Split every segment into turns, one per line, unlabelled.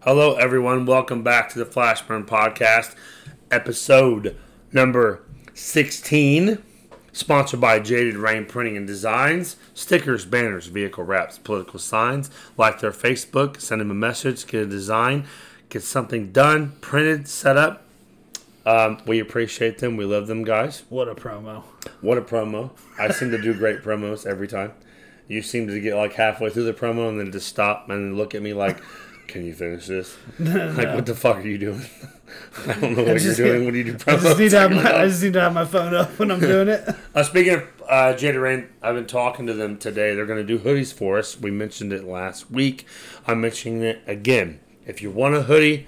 Hello, everyone. Welcome back to the Flashburn Podcast, episode number 16, sponsored by Jaded Rain Printing and Designs. Stickers, banners, vehicle wraps, political signs. Like their Facebook, send them a message, get a design, get something done, printed, set up. Um, we appreciate them. We love them, guys.
What a promo.
What a promo. I seem to do great promos every time. You seem to get like halfway through the promo and then just stop and then look at me like, can you finish this? Like, what the fuck are you doing? I don't know what
just-
you're doing when you do
I just,
promos.
need to have my, I just need to have my phone up when I'm doing it.
Uh, speaking of uh, Jada Rain, I've been talking to them today. They're going to do hoodies for us. We mentioned it last week. I'm mentioning it again. If you want a hoodie,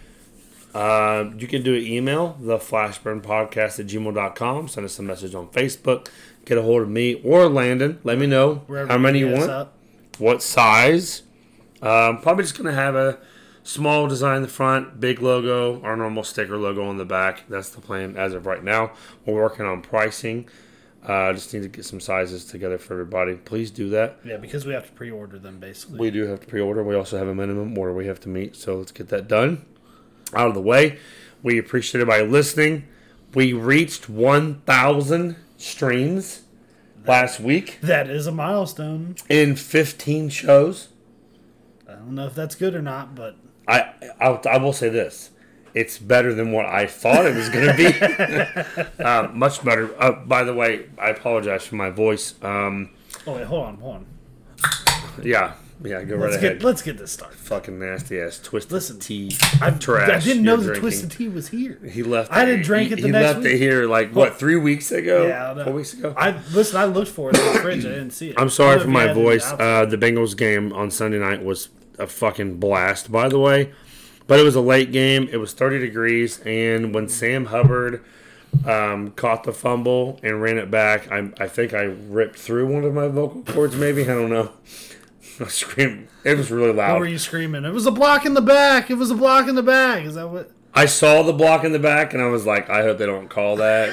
Uh, you can do an email, theflashburnpodcast at gmail.com. Send us a message on Facebook. Get a hold of me or Landon. Let me know
Wherever
how many you
gets
want,
up.
what size. Um, probably just going to have a small design in the front, big logo, our normal sticker logo on the back. That's the plan as of right now. We're working on pricing. Uh, just need to get some sizes together for everybody. Please do that.
Yeah, because we have to pre-order them basically.
We do have to pre-order. We also have a minimum order we have to meet, so let's get that done out of the way. We appreciate everybody listening. We reached 1,000 streams last week
that is a milestone.
in 15 shows.
I don't know if that's good or not, but
I I'll, I will say this: it's better than what I thought it was going to be. uh, much better. Uh, by the way, I apologize for my voice. Um,
oh wait, hold on, hold on.
yeah, yeah, go right
Let's
ahead.
get let's get this started.
Fucking nasty ass twisted
Listen,
tea
I,
trash.
I didn't
you're
know the
drinking.
twisted tea was here.
He left.
I didn't drink
he,
it the
he
next
left it
week.
here like what three weeks ago?
Yeah, I know.
four weeks ago. I,
I listen. I looked for it in the fridge. I didn't see it.
am sorry
I
for
don't know if
my
you had it in
voice.
the outfit.
Uh, the Bengals game on Sunday night was a fucking blast, by the way. But it was a late game. It was 30 degrees, and when Sam Hubbard um, caught the fumble and ran it back, I, I think I ripped through one of my vocal cords. Maybe I don't know. I screamed. It was really
What
loud.
were you screaming? It was a block in the back. It was a block in the back. Is that what?
I saw the block in the back, and I was like, I hope they don't call that.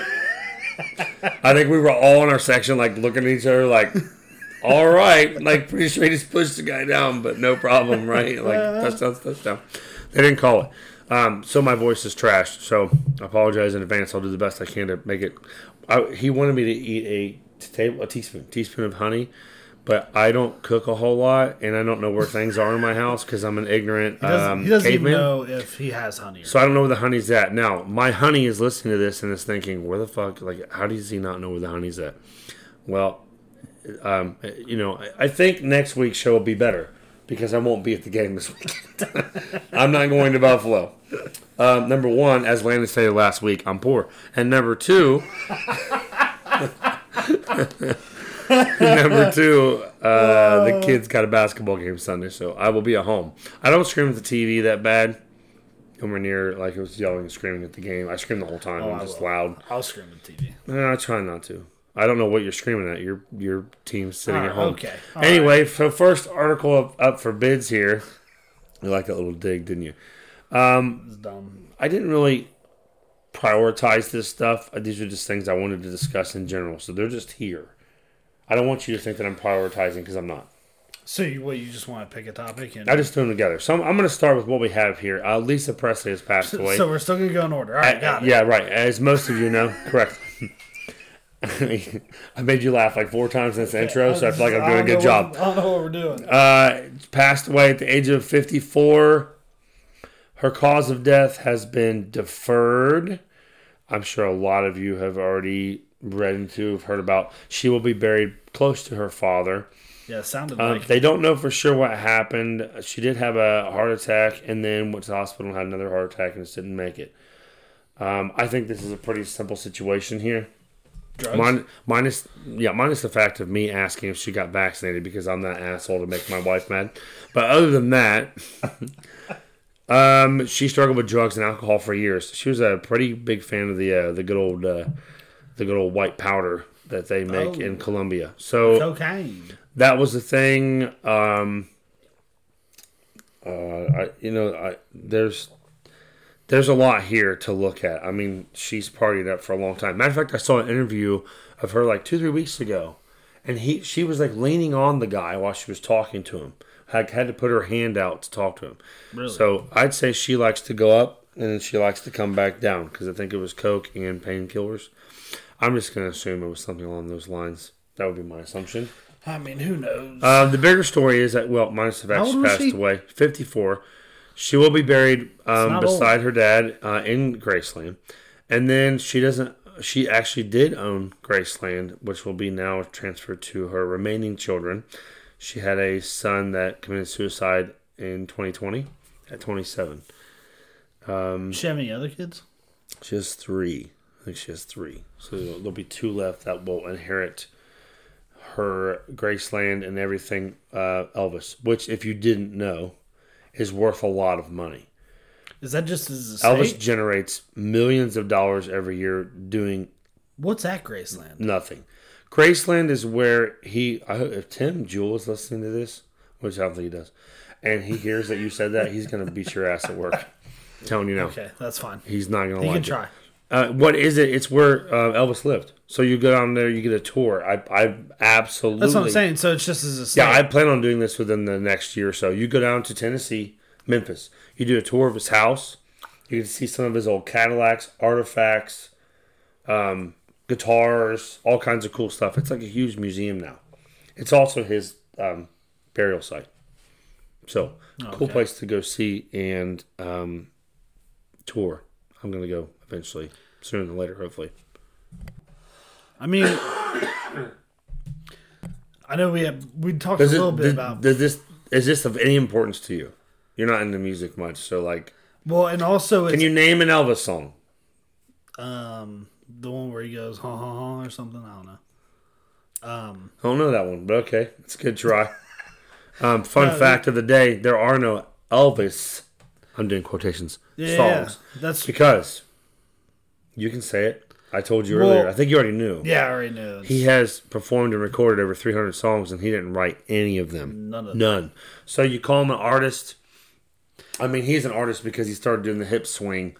I think we were all in our section, like looking at each other, like, all right, like pretty sure he just pushed the guy down, but no problem, right? Like touchdown, touchdown. They didn't call it. Um, so my voice is trashed. So I apologize in advance. I'll do the best I can to make it. I, he wanted me to eat a t- table, a teaspoon, teaspoon of honey. But I don't cook a whole lot, and I don't know where things are in my house because I'm an ignorant
He doesn't,
um,
he doesn't even
caveman.
know if he has honey. Or
So I don't know where the honey's at. Now, my honey is listening to this and is thinking, where the fuck, like, how does he not know where the honey's at? Well, um, you know, I- I think next week's show will be better because I won't be at the game this weekend. I'm not going to Buffalo. Um, number one, as Landon stated last week, I'm poor. And number two, number two, uh,
Oh.
the kids got a basketball game Sunday, so I will be at home. I don't scream at the TV that bad. Nowhere near like I was yelling and screaming at the game. I scream the whole time. I'm
Oh, I
just
will.
loud.
I'll scream at the TV.
No, Eh, I try not to. I don't know what you're screaming at. Your your team's sitting
All
at
right,
home.
okay. All
anyway, so first article up, up for bids here. You like that little dig, didn't you?
It's dumb.
I didn't really prioritize this stuff. Uh, These are just things I wanted to discuss in general. So they're just here. I don't want you to think that I'm prioritizing because I'm not.
So you, what? You just want to pick a topic and
I just threw them together. So I'm, I'm going to start with what we have here. Uh, Lisa Presley has passed away.
So we're still gonna go in order. All right, got it.
Uh, yeah, right. As most of you know, correct. I made you laugh like four times in this intro, so I feel like I'm doing a
don't
good
know
job.
what- I don't know what we're doing.
Uh, passed away at the age of 54. Her cause of death has been deferred. I'm sure a lot of you have already read into, have heard about. She will be buried close to her father.
yeah, it sounded
Um,
like
they don't know for sure what happened. She did have a heart attack and then went to the hospital and had another heart attack and just didn't make it. Um, I think this is a pretty simple situation here.
drugs.
Min- minus, yeah, minus the fact of me asking if she got vaccinated because I'm that asshole to make my wife mad. But other than that, um, she struggled with drugs and alcohol for years. She was a pretty big fan of the uh, the good old uh, the good old white powder that they make
Oh.
in Colombia. So
cocaine.
that was the thing. Um, uh, I, you know, I, there's there's a lot here to look at. I mean, she's partied up for a long time. Matter of fact, I saw an interview of her like two three weeks ago, and he she was like leaning on the guy while she was talking to him, like had to put her hand out to talk to him.
Really?
So I'd say she likes to go up and then she likes to come back down because I think it was coke and painkillers. I'm just gonna assume it was something along those lines. That would be my assumption.
I mean, who knows?
Uh, the bigger story is that well, minus the fact
How
she
old was
passed
she?
away, fifty-four. She will be buried um,
not
beside her dad uh, in Graceland, and then she doesn't. She actually did own Graceland, which will be now transferred to her remaining children. She had a son that committed suicide in 2020 at 27. Um,
Does she have any other kids?
She has three. I think she has three. So there'll be two left that will inherit her Graceland and everything uh, Elvis, which, if you didn't know, is worth a lot of money.
Is that just his estate?
Elvis generates millions of dollars every year doing
What's at Graceland?
nothing. Graceland is where he. I hope if Tim Jewell is listening to this, which I don't think he does, and he hears that you said that, he's gonna beat your ass at work. telling you now,
Okay, that's fine.
he's not gonna.
You
like
can
it.
try.
Uh, what is it? It's where uh, Elvis lived. So you go down there, you get a tour. I, I absolutely.
That's what I'm saying. So it's just his estate.
Yeah, I plan on doing this within the next year or so. You go down to Tennessee, Memphis. You do a tour of his house. You can see some of his old Cadillacs, artifacts, um, guitars, all kinds of cool stuff. It's like a huge museum now. It's also his um, burial site. So, cool
Okay.
place to go see and um, tour. I'm going to go eventually, sooner than later, hopefully.
I mean, I know we have, we talked a
Does it-
little bit
does-
about
does this is this of any importance to you? You're not into music much, so like
well, and also
Can
it's
you name an Elvis song?
um the one where he goes ha ha ha or something. I don't know.
I don't know that one, but okay, it's a good try. Um, fun
Uh,
fact of the day: there are no Elvis. I'm doing quotations.
Yeah,
songs
that's
because you can say it. I told you
Well-
earlier. I think you already knew.
yeah. I already know.
He has performed and recorded over 300 songs, and he didn't write any of them.
None of them.
None. So you call him an artist. I mean, he's an artist because he started doing the hip swing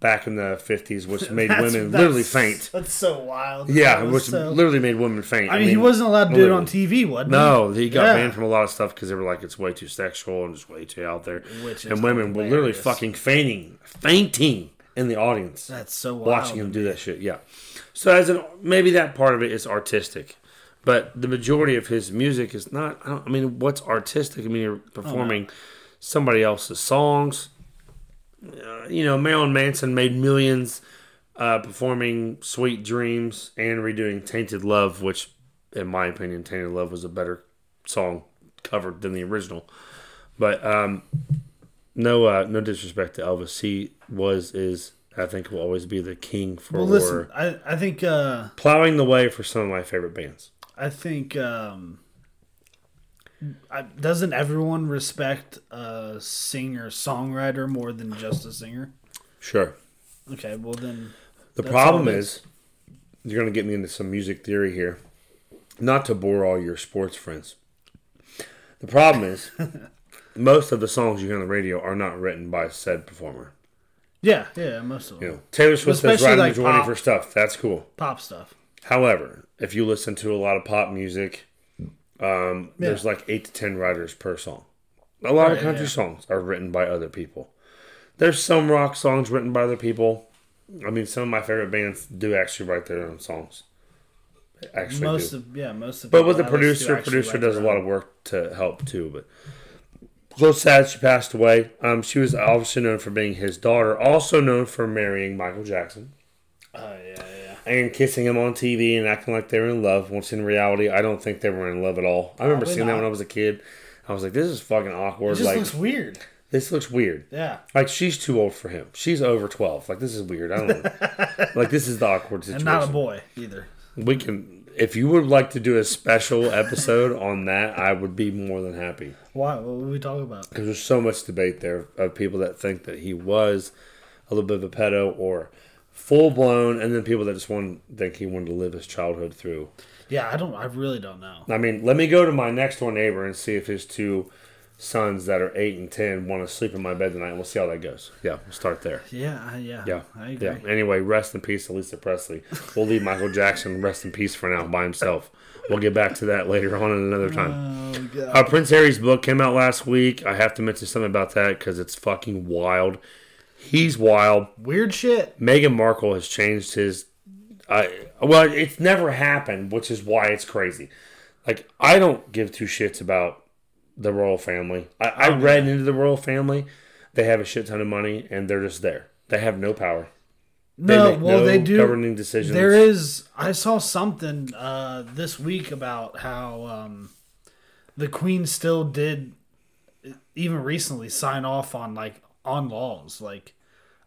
back in the 50s, which made
That's-
women
that's-
literally faint.
That's so wild.
Yeah,
That was
which
so-
literally made women faint.
I mean, he wasn't allowed to do it on
literally.
TV, wasn't
No, he got
Yeah.
banned from a lot of stuff because they were like, it's way too sexual and just way too out there.
Which is
and women were literally
hilarious.
fucking fainting, fainting in the audience,
he? That's so wild.
watching him do that shit. Yeah. So as an maybe that part of it is artistic, but the majority of his music is not. I, don't, I mean, what's artistic? I mean,
Oh,
you're performing somebody else's songs. Uh, you know, Marilyn Manson made millions uh, performing "Sweet Dreams" and redoing "Tainted Love," which, in my opinion, "Tainted Love" was a better song covered than the original. But um, no, uh, no disrespect to Elvis. He was, is, I think, will always be the king for
Well, listen, I I think uh
plowing the way for some of my favorite bands.
I think um I, doesn't everyone respect a singer songwriter more than just a singer?
Sure.
Okay, well then
The
That's
problem
all it
is, you're going to get me into some music theory here. Not to bore all your sports friends. The problem is, most of the songs you hear on the radio are not written by said performer.
yeah, yeah, most of them
You know, Taylor Swift says
Especially
writing
like
the majority
pop.
of her stuff. That's cool.
pop stuff.
However, if you listen to a lot of pop music, um, there's like eight to ten writers per song. A lot of
Right,
country
yeah.
songs are written by other people. There's some rock songs written by other people. I mean, some of my favorite bands do actually write their own songs. Actually, do.
Most of yeah, most of.
But with the
people I listen to
producer,
actually
producer
write
does a
their
lot
own.
of work to help too. But so sad she passed away. Um, she was obviously known for being his daughter, also known for marrying Michael Jackson
Oh yeah, yeah.
and kissing him on TV and acting like they were in love. Once in reality, I don't think they were in love at all. I remember
Probably
seeing that
not.
when I was a kid. I was like, this is fucking awkward.
It just
like
looks weird.
this looks weird.
Yeah,
Like she's too old for him. She's over twelve. Like this is weird. I don't know. like this is the awkward
and
situation.
not a boy either.
We can, if you would like to do a special episode on that, I would be more than happy
Why? What were we talking about?
because there's so much debate there of people that think that he was a little bit of a pedo or full blown, and then people that just want think he wanted to live his childhood through.
Yeah, I don't. I really don't know.
I mean, let me go to my next door neighbor and see if his two sons that are eight and ten want to sleep in my bed tonight, and we'll see how that goes. Yeah, we'll start there.
Yeah, I- yeah,
Yeah,
I agree.
yeah. Anyway, rest in peace, Elisa Presley. We'll leave Michael Jackson rest in peace for now by himself. We'll get back to that later on in another time.
Oh god.
Uh, Prince Harry's book came out last week. I have to mention something about that because it's fucking wild. He's wild.
Weird shit.
Meghan Markle has changed his. I well, it's never happened, which is why it's crazy. Like I don't give two shits about the royal family. I, I read into the royal family. They have a shit ton of money, and they're just there. They have no power. They
No,
make
well
no
they do
governing decisions.
There is. I saw something uh, this week about how um, the Queen still did, even recently, sign off on like on laws, like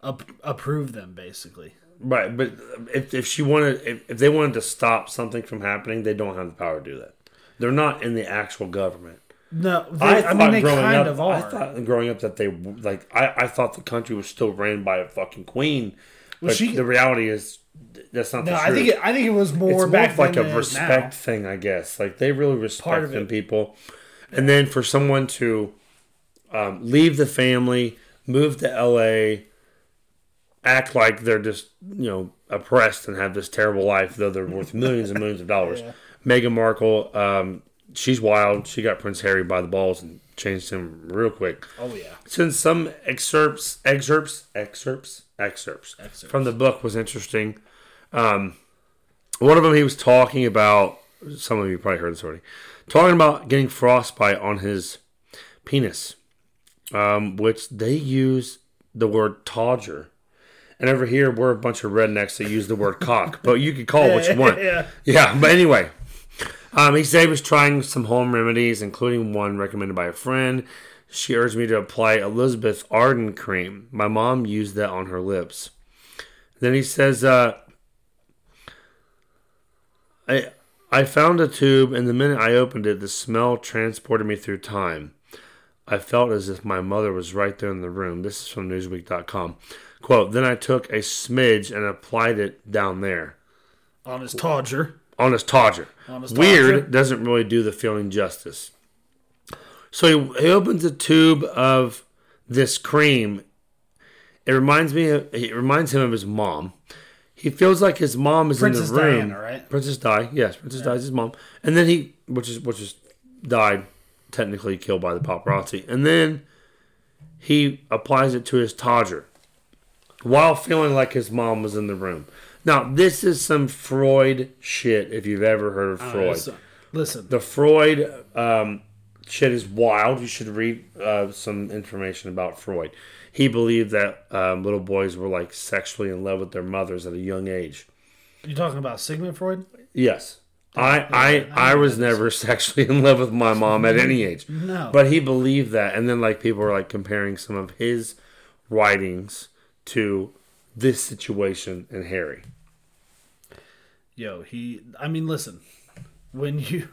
up, approve them basically.
right, but if, if she wanted, if, if they wanted to stop something from happening, they don't have the power to do that. They're not in the actual government.
No, they, I, mean
thought
they kind
up,
of are.
I thought growing up that they like. I, I thought the country was still ran by a fucking queen. but
she-
the reality is th- that's not.
no,
the
I
truth.
think it, I think it was more
it's more
back
of like
then
a
than it is now.
respect thing, I guess. Like they really
Part
respect
of
them
it.
people, and then for someone to um, leave the family, move to L.A., act like they're just you know oppressed and have this terrible life, though they're worth millions and millions of dollars. Meghan Markle, um, she's wild. She got Prince Harry by the balls and changed him real quick
Oh yeah,
since some excerpts excerpts excerpts excerpts,
Excerpts.
from the book was interesting um, one of them he was talking about some of you probably heard this already talking about getting frostbite on his penis um, which they use the word todger and over here we're a bunch of rednecks that use the word cock but you could call it what you want
yeah.
yeah, but anyway, um, he said he was trying some home remedies, including one recommended by a friend. She urged me to apply Elizabeth Arden cream. My mom used that on her lips. Then he says, uh, I, I found a tube, and the minute I opened it, the smell transported me through time. I felt as if my mother was right there in the room. This is from Newsweek.com. Quote, then I took a smidge and applied it down there.
on his Todger.
Honest Todger.
Honest
Weird
Todger.
doesn't really do the feeling justice. So he, he opens a tube of this cream. It reminds me. Of, it reminds him of his mom. He feels like his mom is
Princess
in the room.
Diana, right?
Princess Di, yes, Princess Di's his mom, and then he, which is which is, died, technically killed by the paparazzi, and then he applies it to his Todger while feeling like his mom was in the room. Now, this is some Freud shit if you've ever heard of Freud.
Listen, listen,
the Freud um, shit is wild. You should read uh, some information about Freud. He believed that um, little boys were like sexually in love with their mothers at a young age.
you talking about Sigmund Freud?
Yes. I, I I was never sexually in love with my mom at any age.
No.
But he believed that and then like people were like comparing some of his writings to this situation in Harry.
Yo, he. I mean, listen. When you,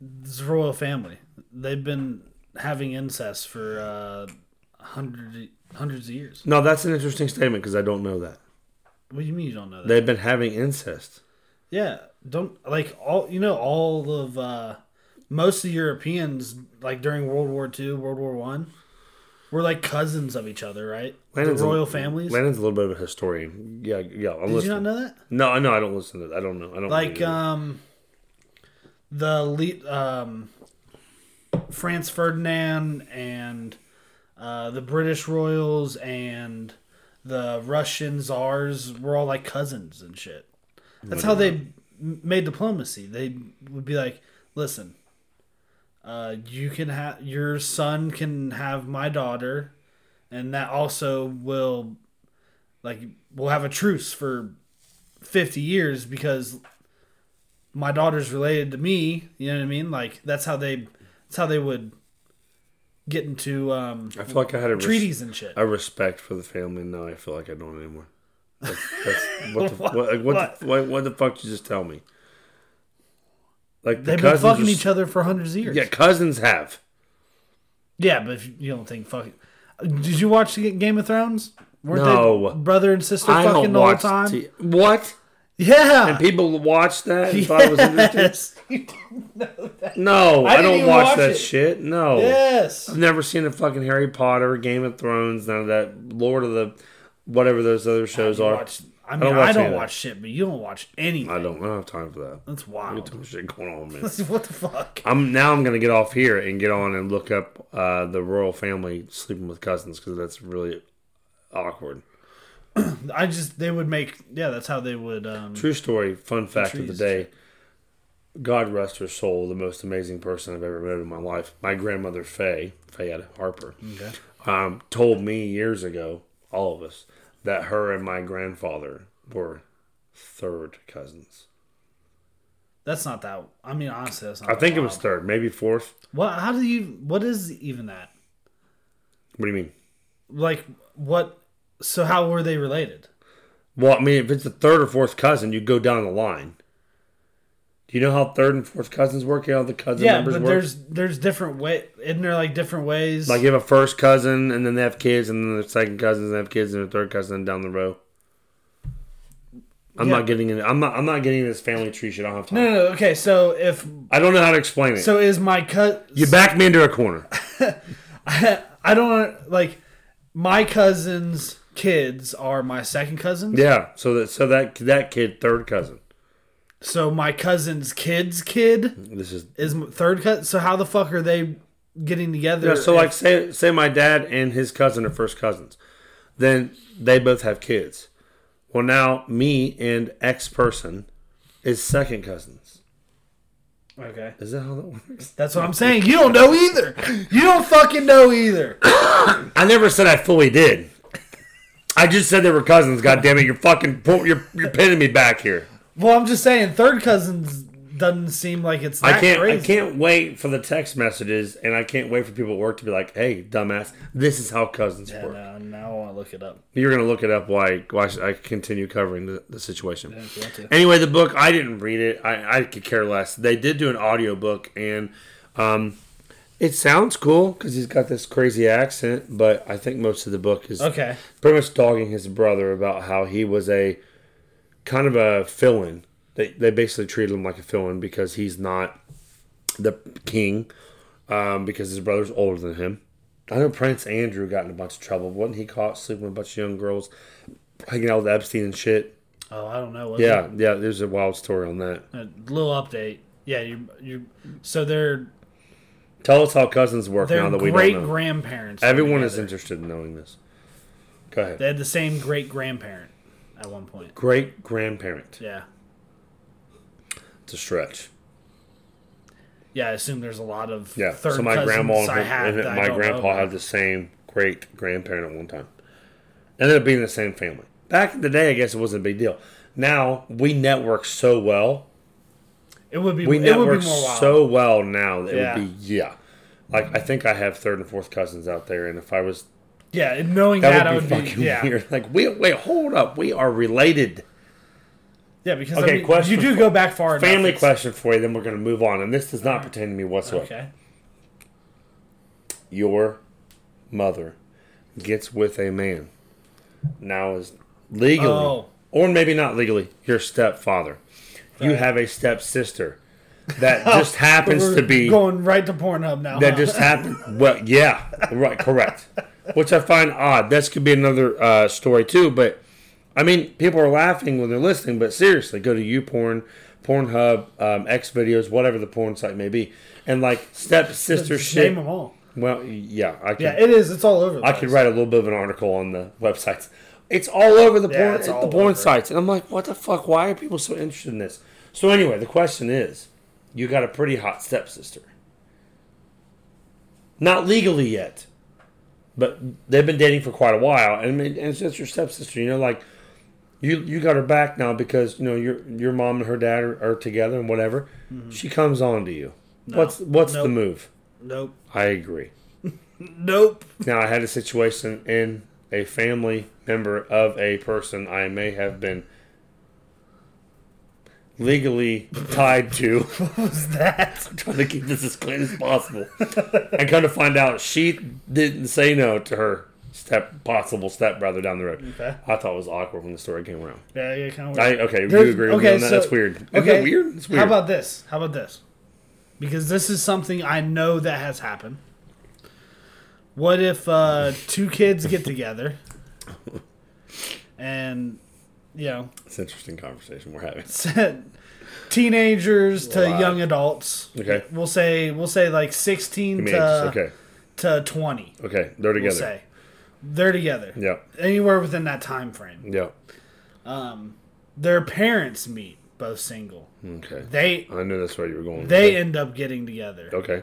this royal family, they've been having incest for uh, hundred hundreds of years.
No, that's an interesting statement because I don't know that.
What do you mean you don't know that?
They've been having incest.
yeah, don't like all. You know, all of uh, most of the Europeans, like during World War Two, World War One, were like cousins of each other, right?
Landon's
the
a-
royal families.
Landon's a little bit of a historian. Yeah, yeah. I'm
Did you
listening.
not know that?
No, I know I don't listen to that. I don't know. I don't
like
really know.
um the lead um Franz Ferdinand and uh the British royals and the Russian czars were all like cousins and shit. That's how they m- made diplomacy. They would be like, "Listen, uh, you can have your son can have my daughter, and that also will, like, we'll have a truce for fifty years because my daughter's related to me. You know what I mean? Like that's how they that's how they would get into um,
I feel like I had a res-
treaties and shit.
a respect for the family, and now I feel like I don't anymore. That's, that's, what, the, what,
What?
like, what, The, what, what the fuck did you just tell me? Like the
They've been
cousins
fucking
are-
each other for hundreds of years.
Yeah, cousins have.
Yeah, but if you don't think fucking. Did you watch the Game of Thrones? Weren't
No.
they brother and sister
I don't
fucking the whole
watch
time?
T- what?
Yeah.
And people watched that and thought it was interesting.
yes. You didn't know that.
No,
I
I,
didn't
don't
even
watch,
watch
that
it.
shit. No.
Yes.
I've never seen a fucking Harry Potter, Game of Thrones, none of that Lord of the whatever those other shows
You
are.
watch- I mean,
don't
I don't,
watch
watch,
either.
shit, but you don't watch anything.
I don't I don't have time for that.
That's
There's
wild.
too much shit going on, man.
what the fuck?
I'm now I'm gonna get off here and get on and look up uh, the royal family sleeping with cousins because that's really awkward.
I just they would make yeah. That's how they would. Um,
True story, fun fact of the
Trees.
day. God rest her soul, the most amazing person I've ever met in my life. My grandmother Faye, Fayette Harper,
okay.
um, told me years ago, all of us, that her and my grandfather were third cousins.
That's not that. I mean, honestly, that's not.
I
that
think it
wild.
was third, maybe fourth.
What? How do you? What is even that?
What do you mean?
Like what? So how were they related?
Well, I mean, if it's a third or fourth cousin, you go down the line. Do you know how third and fourth cousins work? You know how the cousin
yeah,
numbers
but
work?
there's there's different way. Isn't there like different ways?
Like you have a first cousin, and then they have kids, and then the second cousins and they have kids, and the third cousin and down the row. I'm
Yeah.
not getting in. I'm not. I'm not getting into this family tree shit. I don't have time.
no, no, no. Okay, so if
I don't know how to explain it.
so, is my cut?
you back me into a corner.
I don't wanna- like my cousin's kids are my second cousins.
Yeah. So that. So that that kid, third cousin.
So my cousin's kid's kid
This is.
is m- third cut. So how the fuck are they getting together?
Yeah, so
if-
like, say say my dad and his cousin are first cousins, then they both have kids. Well, now me and X person is second cousins.
okay,
Is that how that works?
that's what I'm saying. You don't know either. You don't fucking know either.
I never said I fully did. I just said they were cousins. God damn it! You're fucking you're you're pinning me back here.
Well, I'm just saying, third cousins doesn't seem like it's that
I can't I
crazy.
can't wait for the text messages, and I can't wait for people at work to be like, "Hey, dumbass, this is how cousins
Yeah,
work."
no, now I want to look it up.
You're gonna look it up. Why? Why should I continue covering the, the situation?
If you want to.
Anyway, the book I didn't read it. I, I could care less. They did do an audiobook and um it sounds cool cuz he's got this crazy accent, but I think most of the book is
Okay.
pretty much dogging his brother about how he was a kind of a fill-in. They they basically treated him like a fill-in because he's not the king um because his brother's older than him. I know Prince Andrew got in a bunch of trouble. Wasn't he caught sleeping with a bunch of young girls, hanging out with Epstein and shit?
Oh, I don't know. What
Yeah, yeah. There's a wild story on that.
A little update. Yeah, you you. So they're
Tell us how cousins work now
they're
that we
great
don't know.
grandparents.
Everyone is interested in knowing this. Go ahead.
They had the same great grandparent at one point.
Great grandparent.
Yeah,
It's a stretch.
yeah. I assume there's a lot of
Yeah.
Third
so my
cousins
grandma and,
I
her-
have
and
that I
my
don't know
grandpa
about.
had the same great grandparent at one time. Ended up being the same family. Back in the day, I guess it wasn't a big deal. Now we network so well.
It would be
We
it would
network
be more wild.
so well now that
Yeah.
it would be yeah. Like I think I have third and fourth cousins out there, and if I was
yeah, and knowing that,
that would be
I would
fucking
be yeah,
weird. Like we wait, hold up, we are related.
yeah. Because
Okay,
I mean,
question
you do
for-
go back far. enough,
Family
it's-
question for you, then we're going to move on. And this does not pertain to me whatsoever.
Okay.
Your mother gets with a man. Now is legally,
Oh.
or maybe not legally, your stepfather. You
Right.
have a stepsister that just happens
We're
to be
going right to Pornhub now.
that
huh?
just happened. Well, yeah, right, correct. Which I find odd. This could be another uh, story too. But I mean, people are laughing when they're listening. But seriously, go to YouPorn, Pornhub, um, X videos, whatever the porn site may be, and like step sister
Just name
shit.
them all.
Well, yeah, I could
Yeah, it is. It's all over. The
I
place.
could write a little bit of an article on the websites. It's all over the
Yeah,
porn,
it's all
the porn
over.
sites, and I'm like, what the fuck? Why are people so interested in this? So anyway, the question is, you got a pretty hot stepsister. Not legally yet, but they've been dating for quite a while, and, and it's just your stepsister. You know, like you you got her back now because you know your your mom and her dad are, are together and whatever. She comes on to you. What's what's the
Mm-hmm. Nope.
move?
Nope.
I agree.
Nope.
Now, I had a situation in a family member of a person I may have been legally tied to.
What's that?
trying to keep this as clean as possible. and come to find out, she didn't say no to her step possible stepbrother down the road.
Okay.
I thought it was awkward when the story came around.
Yeah, yeah, kind of
I,
weird.
okay, you
There's-
agree with me
okay,
on that?
so-
That's weird. Isn't
okay.
that weird? It's weird.
How about this? How about this? Because this is something I know that has happened. What if uh, two kids get together and, you know,
it's an interesting conversation we're having.
said teenagers to
Right.
young adults.
Okay.
We'll say we'll say like
I
sixteen
mean,
to
it's- okay,
to twenty.
okay, they're
uh, We'll
together.
say they're together.
Yeah,
Anywhere within that time frame.
yeah,
Their parents meet, both single.
okay.
They
I knew that's where you were going. with
they
that.
end up getting together.
okay.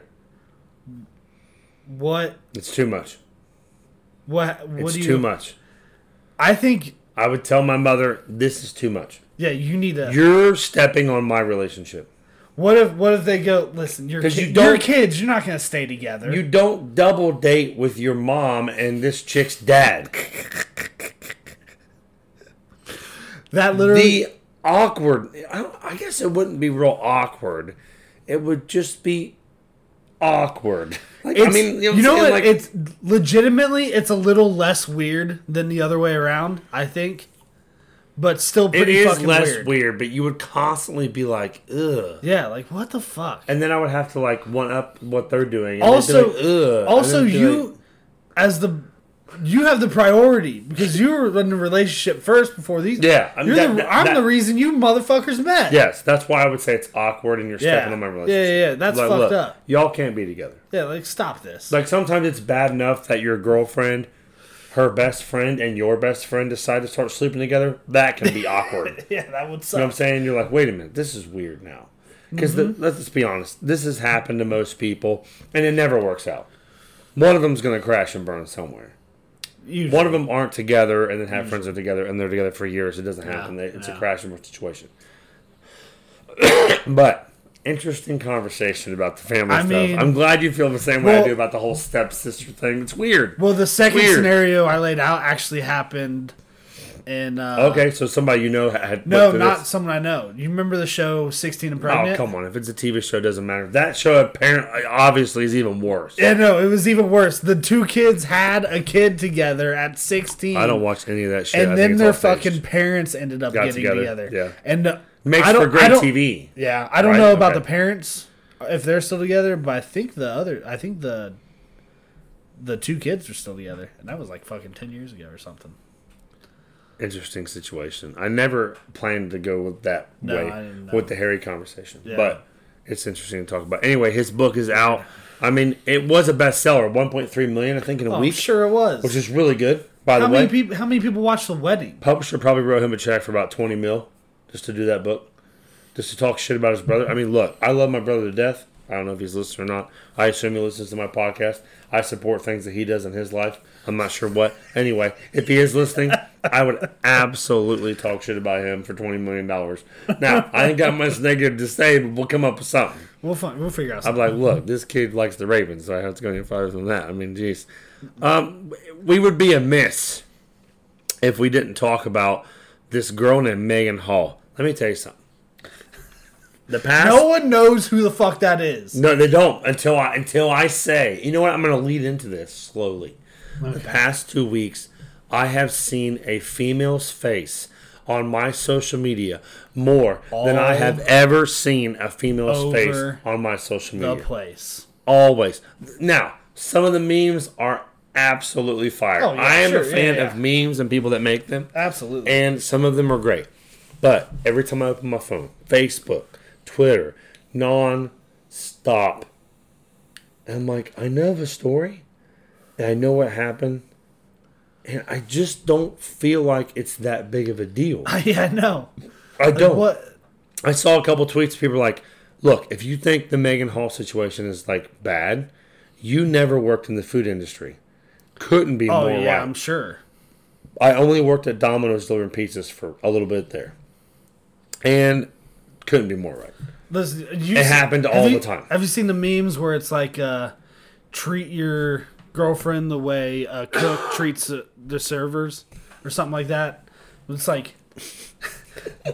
What
It's too much.
what what
It's
do you
too much.
I think
I would tell my mother this is too much.
yeah, you need to
You're stepping on my relationship.
what if what if they go listen, you're
'Cause
ki-
you don't-
you're kids, you're not gonna stay together.
You don't double date with your mom and this chick's dad.
that literally
The awkward. I, don't- I guess it wouldn't be real awkward. It would just be awkward. Like, I
It's-
mean,
you
you know,
know,
what?
what?
I'm saying? Like,
it's legitimately it's a little less weird than the other way around. I think, but still
it
pretty
is
fucking
less
weird.
weird. but you would constantly be like, ugh.
Yeah, like what the fuck.
And then I would have to like one up what they're doing. and they'd be
also,
like, ugh.
also
And I'd be
you
like,
as the you have the priority because you were in the relationship first before these.
Yeah, I mean,
you're
that-
the,
that-
I'm
that-
the reason you motherfuckers met.
yes, that's why I would say it's awkward, and you're stepping
yeah,
on my
yeah,
relationship.
yeah, yeah. That's
Like,
fucked
look,
up.
Y'all can't be together.
Yeah, like stop this.
Like sometimes it's bad enough that your girlfriend, her best friend, and your best friend decide to start sleeping together. That can be awkward. you know
yeah, that would
what
suck.
I'm saying? You're like, wait a minute, this is weird now. Because
Mm-hmm.
let's just be honest, this has happened to most people, and it never works out. One of them's gonna crash and burn somewhere.
Usually.
One of them aren't together, and then have friends that are together, and they're together for years. It doesn't happen. They- it's
Mm-hmm. yeah.
a crash and burn situation. but interesting conversation about the family
I
stuff.
mean-
I'm glad you feel the same way
Well-
I do about the whole stepsister thing. It's weird.
Well, the second
Weird.
scenario I laid out actually happened in. Uh,
Okay, so somebody you know had- had
No,
went through
not
Oh, this.
someone I know. You remember the show 16 and
Oh
Pregnant?
come on! If it's a TV show, it doesn't matter. That show apparently, obviously, is even worse.
Yeah, no, it was even worse. The two kids had a kid together at 16.
I don't watch any of that shit. I
And
think
then
it's
their
all staged.
fucking parents ended up
Got
getting together.
together, yeah.
And uh,
makes
I don't,
for great
I don't-
TV.
Yeah, I don't
Right,
know about
okay.
the parents if they're still together, but I think the other, I think the the two kids are still together, and that was like fucking 10 years ago or something.
Interesting situation. I never planned to go with that
No,
way
I didn't know.
with the Harry conversation,
Yeah.
but it's interesting to talk about. Anyway, his book is out. I mean, it was a bestseller, 1.3 million, I think, in a
Oh, I'm
week,
sure it was.
which is really good. By the
how
way,
many people? How many people watched the wedding?
publisher probably wrote him a check for about 20 mil just to do that book just to talk shit about his brother i mean look i love my brother to death i don't know if he's listening or not i assume he listens to my podcast i support things that he does in his life i'm not sure what anyway if he is listening i would absolutely talk shit about him for 20 million dollars now i ain't got much negative to say but we'll come up with something
We'll find, we'll figure out.
I'm
Something.
like, look, this kid likes the Ravens, so I have to go any farther than that. I mean, jeez, um, we would be amiss if we didn't talk about this girl named Megan Hall. Let me tell you something. The past,
No
no,
one knows who the fuck that is.
they don't until I until I say. You know what? I'm going to lead into this slowly. The past two weeks, I have seen a female's face on my social media more than I
All
have ever seen a female's face
over
on my social
the
media.
place.
Always. Now, some of the memes are absolutely fire.
Oh, yeah,
I am
sure,
a
yeah,
fan
yeah,
of memes and people that make them,
Absolutely.
and some of them are great. But every time I open my phone, Facebook, Twitter, non stop, I'm like, I know the story, and I know what happened, and I just don't feel like it's that big of a deal.
yeah, I know. Uh,
I don't.
What?
I saw a couple tweets. People were like, "Look, if you think the Megan Hall situation is like bad, you never worked in the food industry. Couldn't be
Oh
more
yeah,
right.
I'm sure.
I only worked at Domino's delivering pizzas for a little bit there, and couldn't be more right.
Listen, you
It happened
have
all
you-
the time.
Have you seen the memes where it's like, uh, treat your girlfriend the way a cook treats uh, the servers, or something like that? It's like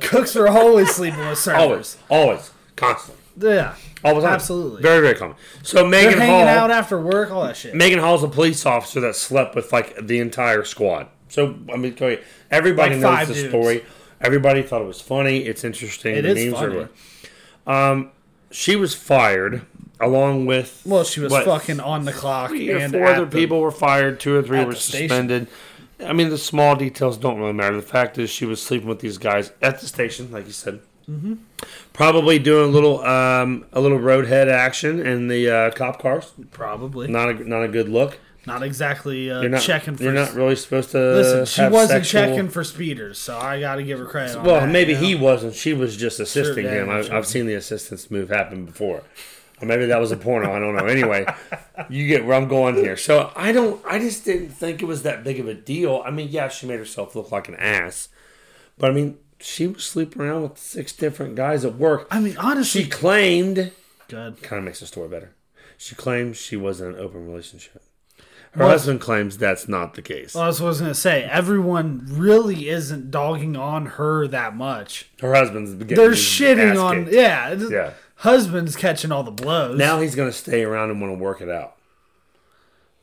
cooks are always sleeping with servers.
Always, always, constantly.
Yeah.
all the time.
Absolutely.
very very common. So Megan
They're hanging
Hall,
out after work, all that shit.
Megan Hall's a police officer that slept with like the entire squad. So I mean, tell you, everybody
Like
knows
five
the
dudes.
story. Everybody thought it was funny. It's interesting.
It
the
is
memes are
funny.
good. Um, she was fired along with
well, she was
what,
fucking on the clock.
three or
and
four
at
other
the-
people were fired. Two or three
at
were
the station.
suspended. I mean, the small details don't really matter. The fact is, she was sleeping with these guys at the station, like you said. Mm-hmm. Probably doing a little um, a little roadhead action in the uh, cop cars.
Probably. Not,
Not a not a good look.
exactly uh,
You're not
checking for.
You're not really supposed to.
listen, she
have
wasn't
sexual-
checking for speeders, so I got to give her credit. on
Well,
that,
maybe
you know?
he wasn't. She was just assisting
yeah,
him. I,
sure.
I've seen the assistance move happen before, or maybe that was a porno. I don't know. Anyway, you get where I'm going here. So I don't. I just didn't think it was that big of a deal. I mean, yeah, she made herself look like an ass, but I mean, she was sleeping around with six different guys at work.
I mean, honestly,
She claimed.
God.
Kind of makes the story better. She claims she was in an open relationship. Her
Well-
husband claims that's not the case.
Well, that's what I was gonna say. Everyone really isn't dogging on her that much.
Her husband's getting
They're
his ass
shitting on,
kicked.
yeah, it's-
Yeah.
Husband's catching all the blows.
Now he's going to stay around and want to work it out.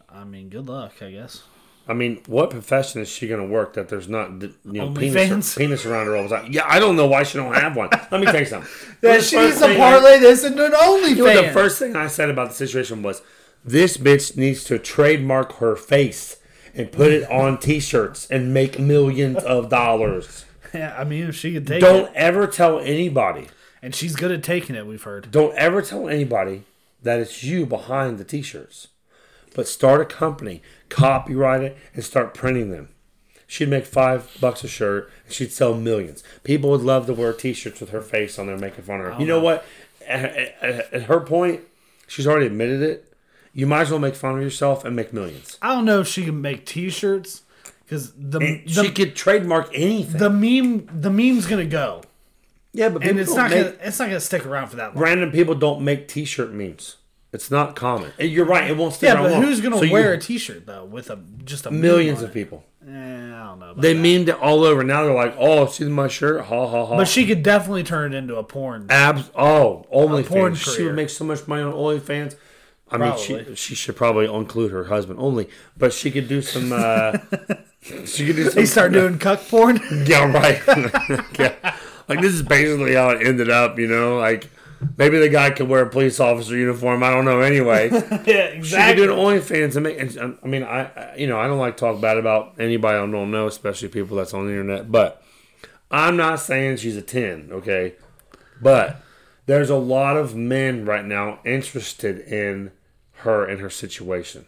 I mean, good luck, I guess.
I mean, what profession is she going to work that there's not you know
Only
penis
fans?
penis around her all the time? Yeah, I don't know why she don't have one. Let me tell you something.
That
The first
she's a
thing
parlay this into an
I- you know,
OnlyFans.
the first thing I said about the situation was this bitch needs to trademark her face and put it on t-shirts and make millions of dollars.
yeah, I mean, if she could take it,
Don't ever tell anybody.
and she's good at taking it, we've heard.
Don't ever tell anybody that it's you behind the t-shirts. But start a company, copyright it, and start printing them. She'd make five bucks a shirt, and she'd sell millions. People would love to wear t-shirts with her face on there, making fun of
Oh,
her. You know what? At, at- at her point, she's already admitted it. You might as well make fun of yourself and make millions.
I don't know if she can make T-shirts because the
she
the,
could trademark anything.
the meme the meme's gonna go,
yeah, but
and
people
it's
don't
not
make-
gonna it's not gonna stick around for that long.
random people don't make t-shirt memes. It's not common. And You're right. It won't stick
Yeah,
around
but
long.
who's gonna
So you-
wear a T-shirt though with a just a meme
Millions
on
of
it?
people.
Eh, I don't know. About
They
that.
memed it all over. Now they're like, oh, see my shirt? Ha ha ha.
but she could definitely turn it into a porn.
Abs. Oh,
porn
OnlyFans. She
career.
would make so much money on OnlyFans. I mean, she,
Probably.
she should probably include her husband only, but she could do some. Uh, she could do some.
They start doing cuck porn.
Yeah, right. yeah. Like this is basically how it ended up. You know, like maybe the guy could wear a police officer uniform. I don't know. Anyway,
yeah,
She could do
exactly.
an OnlyFans and make. And, um, I mean, I I- you know I don't like to talk bad about anybody I don't know, especially people that's on the internet. But I'm not saying she's a ten, okay? But there's a lot of men right now interested in her and her situation.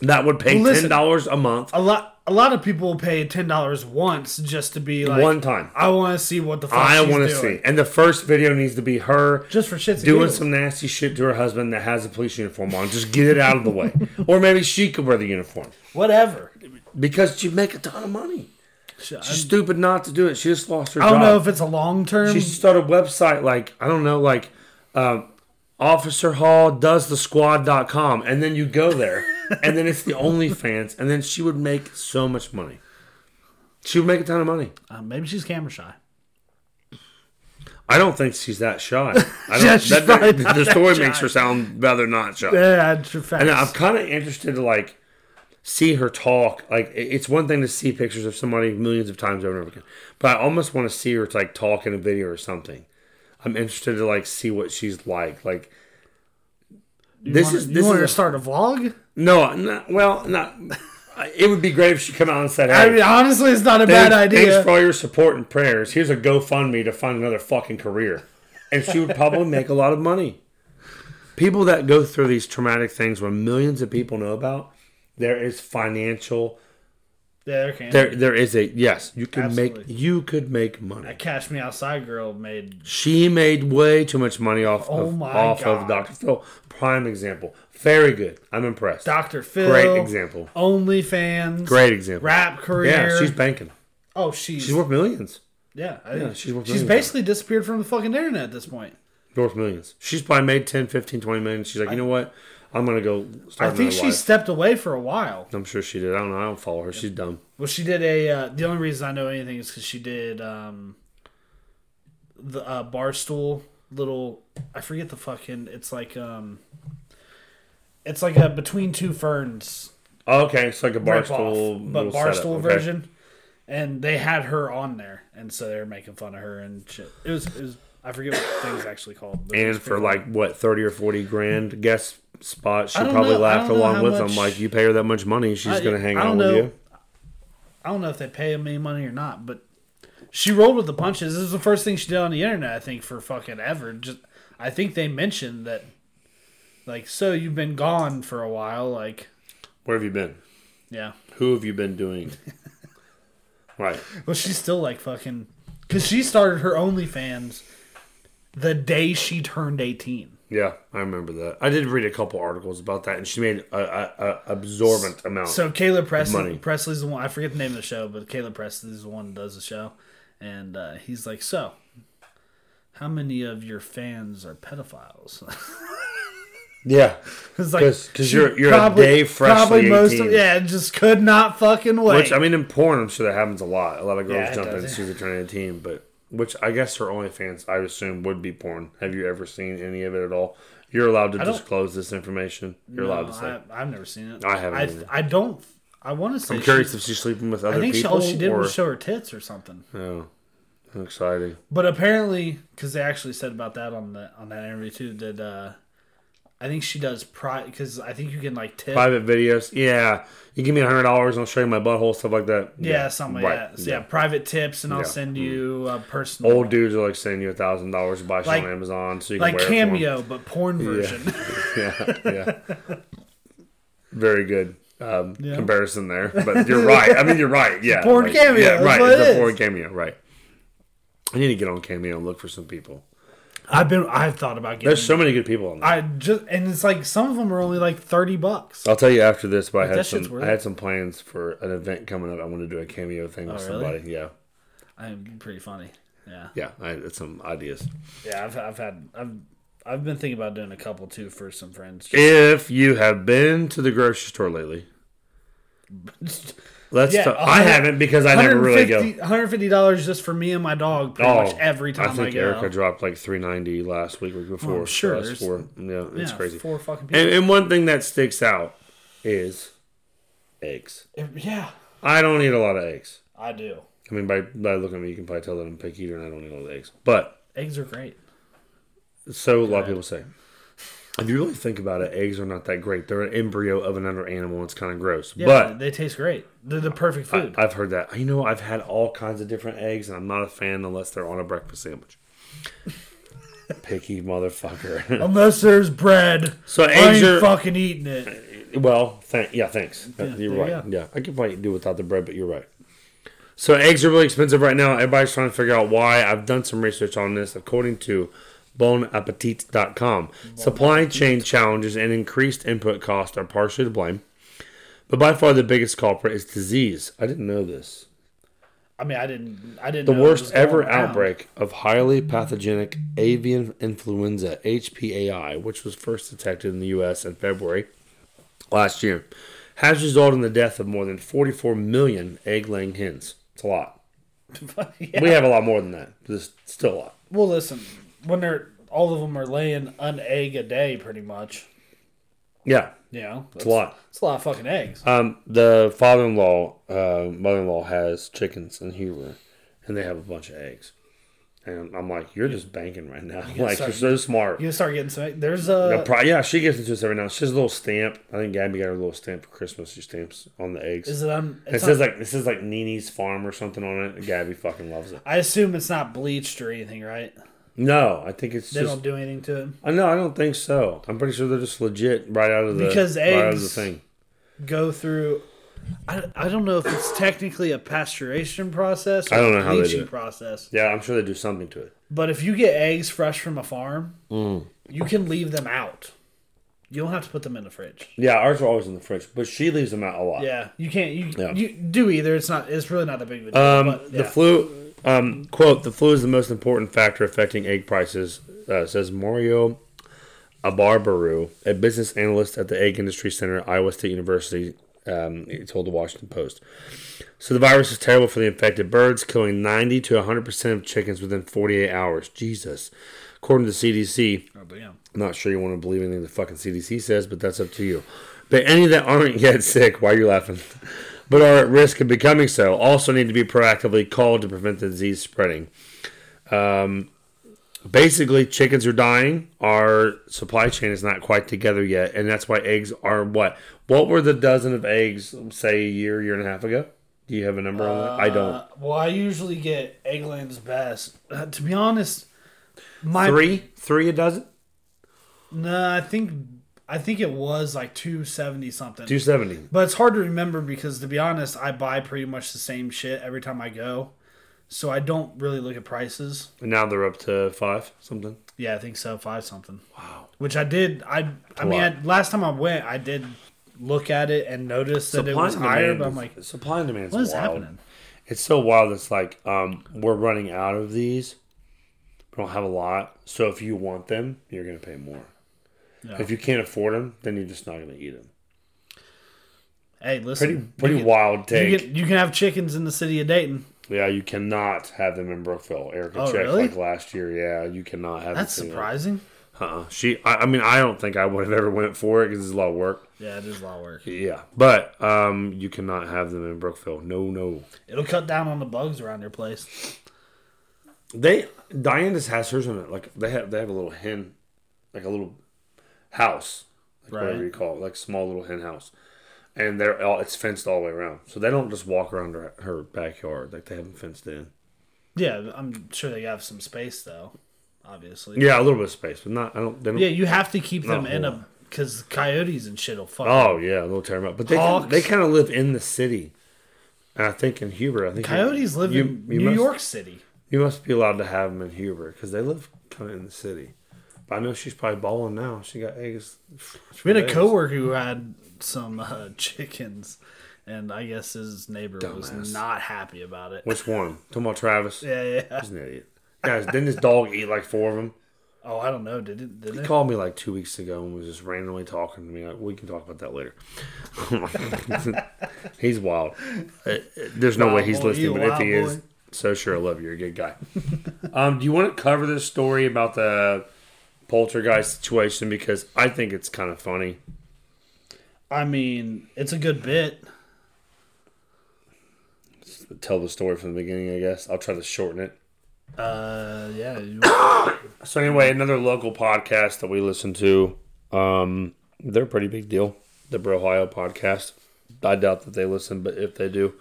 That would pay
Well, listen.
ten dollars a month
A lot a lot of people will pay ten dollars once just to be like
one time.
I want to see what the fuck
I
want to
see, and the first video needs to be her
just for shits and
doing
giggles.
some nasty shit to her husband that has a police uniform on. Just get it out of the way, or maybe she could wear the uniform.
whatever.
Because you make a ton of money.
Sh- I
She's stupid not to do it. She just lost her
I
job.
don't know if it's a long term.
she should start a website like, I don't know, like um, Officer Hall does the squad.com. And then you go there. and then it's the OnlyFans. And then she would make so much money. She would make a ton of money.
Uh, maybe she's camera shy.
I don't think she's that shy. I don't,
Yeah, she's
that,
probably
that-
not
the
that
story
shy.
makes her sound rather not shy.
Yeah, that's your facts.
And I'm kind of interested to like see her talk. Like it- it's one thing to see pictures of somebody millions of times over and over again, but I almost want to see her to like talk in a video or something. I'm interested to like see what she's like. Like
You
this
wanna-
is
you
this
want to
is
start a vlog?
a, no, no, well, not. It would be great if she come out and said, "Hey,
I mean, honestly, it's not a
thanks,
bad idea.
thanks for all your support and prayers. Here's a GoFundMe to find another fucking career," and she would probably make a lot of money. People that go through these traumatic things, where millions of people know about, there is financial
yeah, there can.
There, there is a yes. You could
Absolutely.
make you could make money.
that Cash Me Outside girl made.
She made way too much money off
Oh
of
my
off of
God.
Dr. Phil. Prime example. Very good. I'm impressed.
Dr. Phil.
Great example.
OnlyFans.
Great example.
Rap career.
Yeah, she's banking.
oh, she's.
She's worth millions.
yeah, I-
she's worth
she's
millions.
basically disappeared from the fucking internet at this point.
Worth millions. She's probably made 10, 15, 20 million. She's like, you know what? I'm gonna go start
I think
another
she
life.
stepped away for a while.
I'm sure she did. I don't know. I don't follow her. She's dumb.
Well, she did a. Uh, the only reason I know anything is because she did um, the uh, Barstool little I forget the fucking it's like um it's like a between two ferns
Oh, okay, it's like a
ripoff,
barstool,
but
little
barstool
setup, okay.
version. And they had her on there, and so they were making fun of her and shit. It was, it was I forget what the thing's actually called. but it was
And for
pretty-
like what thirty or forty grand guest spot, she
I don't
probably
know- I
laughed
don't know
along
how
with
much-
them. Like you pay her that much money, she's
I-
gonna hang
I
out
don't
with
know.
you.
I don't know if they pay him any money or not, but she rolled with the punches. This is the first thing she did on the internet, I think, for fucking ever. Just I think they mentioned that, like, so you've been gone for a while, like,
Where have you been?
yeah.
Who have you been doing? right.
Well, she's still like fucking, because she started her OnlyFans the day she turned eighteen.
Yeah, I remember that. I did read a couple articles about that, and she made a, a, a absorbent amount.
So Caleb Presley,
Oh, money.
Presley's the one. I forget the name of the show, but Caleb Presley's the one who does the show, and uh, he's like, "So, how many of your fans are pedophiles?"
yeah,
it's like
'Cause- 'cause
she
you're- you're a day freshly
of
18.
yeah, just could not fucking wait.
which I mean, in porn, I'm sure that happens a lot. A lot of girls
Yeah, it
jump in
does.
as soon as they turn 18, but which I guess her OnlyFans, I assume, would be porn. Have you ever seen any of it at all? You're allowed to
don't-
disclose this information. You're
No,
allowed to say.
I, I've never seen it.
I haven't either.
I, I don't. I want to say.
I'm curious
She,
if she's sleeping with
I
other
think she,
people.
all she did
or,
was show her tits or something.
No. Exciting.
But apparently, because they actually said about that on the on that interview too, that uh, I think she does pri because I think you can like tip.
Private videos. Yeah. You give me hundred dollars and I'll show you my butthole, stuff like that.
Yeah, something like that. So, yeah. private tips, and I'll
Yeah. Mm.
send you a personal,
Old dudes are like sending you a thousand dollars to buy shit
Like-
on Amazon so you can
like
wear It
cameo, but porn version.
for 'em. Yeah, yeah. Very good um,
Yeah.
comparison there, but you're right. I mean, you're right. Yeah,
porn
like,
cameo,
Yeah,
that's
right.
what
It's
it
a porn
is.
cameo. Right. I need to get on cameo and look for some people.
I've been, I've thought about getting.
There's so many good people on there.
I just and it's like some of them are only like thirty bucks.
I'll tell you after this, but I
that
had
shit's
some
worth
I
it.
had some plans for an event coming up. I want to do a cameo thing with
Oh, really?
somebody. Yeah,
I'm pretty funny. Yeah,
yeah. I had some ideas.
yeah. I've, I've had, I've, I've been thinking about doing a couple too for some friends.
If you have been to the grocery store lately, let's.
Yeah,
talk- I haven't because I never really go.
$150 just for me and my dog pretty much every time I,
Oh, I think
go.
Erica dropped like three ninety last week, week before.
I'm sure
so that's
there's-
four. Yeah, it's
Yeah,
crazy.
Four fucking people.
And, and one thing that sticks out is eggs.
yeah,
I don't eat a lot of eggs.
I do.
I mean, by by looking at me, you can probably tell that I'm a picky eater and I don't eat a lot of eggs. But
Eggs are great.
So a lot of people say. If you really think about it, eggs are not that great. They're an embryo of another animal. It's kind of gross.
Yeah,
but
they taste great. They're the perfect food.
I've heard that. You know, I've had all kinds of different eggs, and I'm not a fan unless they're on a breakfast sandwich. Picky motherfucker.
Unless there's bread,
So
I
eggs
ain't
are-
fucking eating it.
well, thank yeah, thanks. you're
there you
right.
go.
Yeah, I could probably do without the bread, but you're right. So eggs are really expensive right now. Everybody's trying to figure out why. I've done some research on this. According to bonappetit.com, supply chain challenges and increased input costs are partially to blame. But by far the biggest culprit is disease. I didn't know this.
I mean, I didn't. I didn't.
The
know it was
worst
going
ever
around.
outbreak of highly pathogenic avian influenza, HPAI, which was first detected in the U.S. in February last year, has resulted in the death of more than 44 million egg laying hens. It's a lot.
Yeah.
We have a lot more than that, but it's still a lot.
Well, listen, when they're all of them are laying an egg a day, pretty much.
Yeah,
You know,
it's
that's,
a lot.
It's a lot of fucking eggs.
Um, the father in law, uh, mother in law has chickens in Hoover, and they have a bunch of eggs. And I'm like, you're just banking right now. like,
sorry.
you're so smart.
You gonna start getting some. egg- There's
Yeah,
a
pro- yeah, she gives it to us every now. and then. She has a little stamp. I think Gabby got her little stamp for Christmas. She stamps on the eggs.
Is it on?
it
It's
says
not,
like this is like Nini's farm or something on it. Gabby fucking loves it.
I assume it's not bleached or anything, right?
No, I think it's
They
just.
don't do anything to it.
I know. I don't think so. I'm pretty sure they're just legit right out of the
Because
right out of the
eggs-
thing.
Go through. I, I don't know if it's technically a pasteurization process. Or
I don't know
a
how they do
bleaching
it.
process.
Yeah, I'm sure they do something to it.
But if you get eggs fresh from a farm,
Hmm.
you can leave them out. You don't have to put them in the fridge.
Yeah, ours are always in the fridge, but she leaves them out a lot.
Yeah, you can't. You,
Yeah.
you do either. It's not. It's really not that big of a deal.
Um,
but,
The
yeah.
flu, um, quote, the flu is the most important factor affecting egg prices, uh, says Mario Abarbaru, a business analyst at the Egg Industry Center at Iowa State University. Um, he told the Washington Post. So the virus is terrible for the infected birds, killing 90 to 100% of chickens within 48 hours. Jesus. according to the CDC.
Oh damn.
I'm not sure you want to believe anything the fucking CDC says, but that's up to you. But any that aren't yet sick, why are you laughing? But are at risk of becoming so, also need to be proactively called to prevent the disease spreading. Um, basically, chickens are dying. Our supply chain is not quite together yet, and that's why eggs are what? What were the dozen of eggs, say, a year, year and a half ago? Do you have a number on that? I don't.
Uh, well, I usually get Eggland's best. Uh, to be honest, my
Three? Three a dozen?
No, I think I think it was like two seventy something.
270.
But it's hard to remember because to be honest, I buy pretty much the same shit every time I go. So I don't really look at prices.
And now they're up to five, something.
Yeah, I think so, five something.
Wow.
Which I did I I mean
lot.
I, last time I went, I did look at it and notice that it
Supply
was
and
higher,
demand
but
is-
I'm like,
supply and demand is
what is
wild.
happening?
It's so wild. It's like um, we're running out of these. We don't have a lot, so if you want them, you're gonna pay more.
Yeah.
If you can't afford them, then you're just not gonna eat them.
Hey, listen.
Pretty
you
pretty
can-
wild take.
You, can, you can have chickens in the city of Dayton.
yeah, you cannot have them in Brookville. Erica
Oh,
checked
really?
like last year. Yeah, you cannot have.
That's surprising.
Uh. uh She. I, I mean, I don't think I would have ever went for it because it's a lot of work.
Yeah, it is a lot of work.
Yeah, but um, you cannot have them in Brookville. No, no.
It'll cut down on the bugs around your place.
They Diane just has hers in it. Like they have they have a little hen, like a little house, like whatever
Right.
you call it, like small little hen house, and they're all it's fenced all the way around. So they don't just walk around her, her backyard like they have them fenced in.
Yeah, I'm sure they have some space though, obviously.
Yeah, a little bit of space, but not I don't. They don't
Yeah, you have to keep them
Not a
in
whole
a because coyotes and shit will fuck.
Oh yeah, they'll tear them up. But they kinda-
Hawks.
they kind of live in the city, and I think in Huber, I think you-
coyotes live
you-
in
you
New
must-
York City.
You must be allowed to have them in Huber because they live kind of in the city. But I know she's probably balling now. She got eggs.
We had a
eggs.
coworker who had some uh, chickens, and I guess his neighbor
Dumbass.
was not happy about it.
Which one? Talking about Travis?
Yeah, yeah, yeah.
He's an idiot. Guys, didn't his dog eat like four of them?
Oh, I don't know. Did it? Did
He
it?
called me like two weeks ago and was just randomly talking to me. Like, we can talk about that later. he's wild. Uh, uh, There's no
Wild
way he's
boy,
listening,
you
but if he
wild boy.
is, so sure I love you. You're a good guy. um, do you want to cover this story about the poltergeist situation? Because I think it's kind of funny.
I mean, it's a good bit.
Tell the story from the beginning, I guess. I'll try to shorten it.
Uh, yeah. you-
So anyway, another local podcast that we listen to. Um, they're a pretty big deal. The Brohio podcast. I doubt that they listen, but if they do,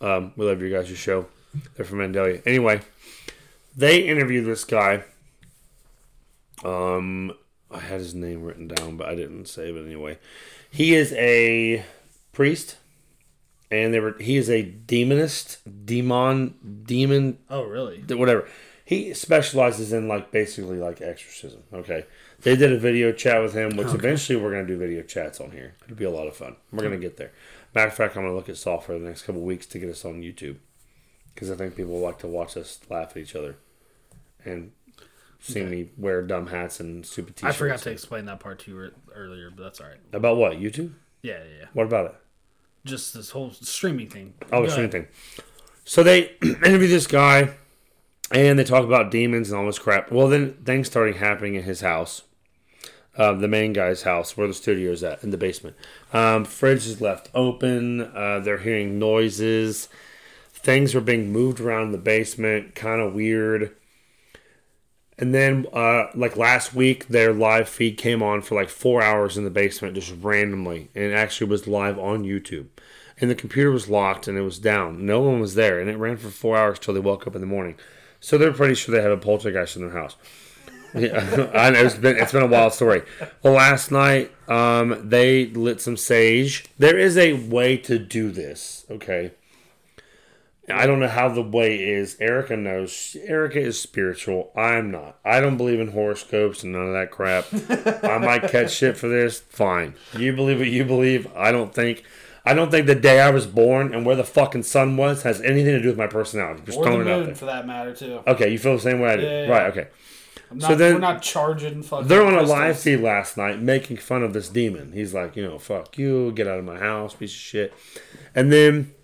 um, we love you guys' show. They're from Mandalia. Anyway, they interviewed this guy. Um, I had his name written down, but I didn't save it anyway. He is a priest, and they were. He is a demonist, demon, demon
oh, really?
th- whatever. He specializes in like basically like exorcism. Okay, they did a video chat with him, which eventually we're gonna do video chats on here. It'll be a lot of fun. We're gonna get there. Matter of fact, I'm gonna look at software the next couple weeks to get us on YouTube because I think people like to watch us laugh at each other and see me wear dumb hats and stupid
I
t-shirts.
forgot to explain that part to you ear- earlier, but that's all right.
about what YouTube.
Yeah, yeah, yeah.
What about it?
Just this whole streaming thing.
Oh,
Go
it's
ahead.
anything. So they interview this guy, and they talk about demons and all this crap. Well, then things started happening in his house, uh, the main guy's house, where the studio is at, in the basement. Um, fridge is left open. Uh, they're hearing noises. Things are being moved around in the basement, kind of weird. And then, uh, like last week, their live feed came on for like four hours in the basement, just randomly, and it actually was live on YouTube. And the computer was locked and it was down. No one was there, and it ran for four hours till they woke up in the morning. So they're pretty sure they have a poltergeist in their house. Yeah, I know it's been it's been a wild story. Well, last night um, they lit some sage. There is a way to do this, okay? I don't know how the way is. Erica knows. Erica is spiritual. I'm not. I don't believe in horoscopes and none of that crap. I might catch shit for this. Fine. You believe what you believe. I don't think. I don't think the day I was born and where the fucking sun was has anything to do with my personality. Just
Or the
throwing it out
moon,
there.
for that matter, too.
Okay, you feel the same way I do.
Yeah, yeah,
Right. Okay.
I'm
So
not-
then-
we're not charging fucking.
They're on a
crystals.
live feed last night making fun of this demon. He's like, you know, fuck you, get out of my house, piece of shit. And then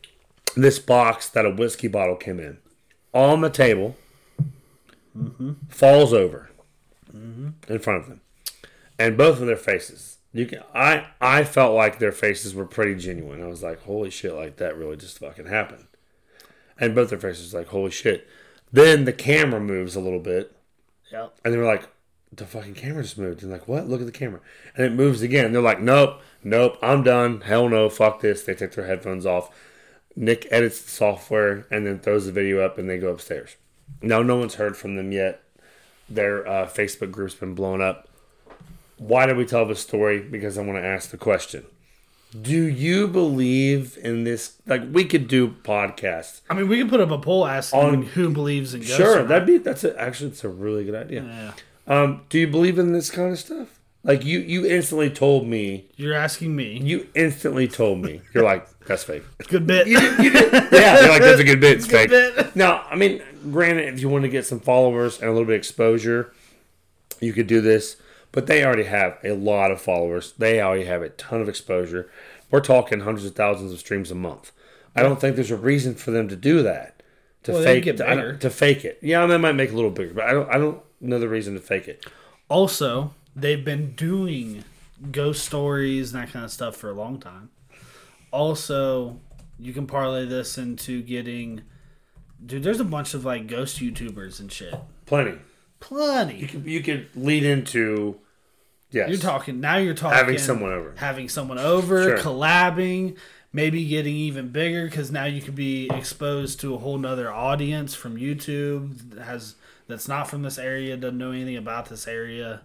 this box that a
Mm-hmm.
whiskey bottle came in on the table falls over. in front of them, and both of their faces. You can I I felt like their faces were pretty genuine. I was like, holy shit, like that really just fucking happened. And both their faces like, holy shit. Then the camera moves a little bit,
Yep.
and they were like, the fucking camera just moved. And like, what? Look at the camera. And it moves again. They're like, nope, nope, I'm done. Hell no, fuck this. They take their headphones off. Nick edits the software and then throws the video up and they go upstairs. Now, no one's heard from them yet. Their uh, Facebook group's been blown up. Why did we tell this story? Because I want to ask the question. Do you believe in this? Like, we could do podcasts.
I mean, we can put up a poll asking
On-
who believes in ghosts.
Sure, that'd be that's a, actually it's a really good idea.
Yeah.
Um, do you believe in this kind of stuff? Like you, you instantly told me.
You're asking me.
You instantly told me. You're like, that's fake.
Good bit.
Yeah, you're like, that's a good bit. It's fake.
bit.
Now, I mean, granted, if you want to get some followers and a little bit of exposure, you could do this. But they already have a lot of followers. They already have a ton of exposure. We're talking hundreds of thousands of streams a month. I don't think there's a reason for them to do that. To
Well, they
fake
get
to, I don't-
bigger.
to fake it. Yeah, I mean, it might make it a little bigger, but I don't. I don't know the reason to fake it.
Also, they've been doing ghost stories and that kind of stuff for a long time. Also, you can parlay this into getting. Dude, there's a bunch of like ghost YouTubers and shit.
Plenty.
Plenty.
you could lead into yes
You're talking now. You're talking
having someone over
having someone over,
Sure.
collabing, maybe getting even bigger because now you could be exposed to a whole nother audience from YouTube that has that's not from this area, doesn't know anything about this area.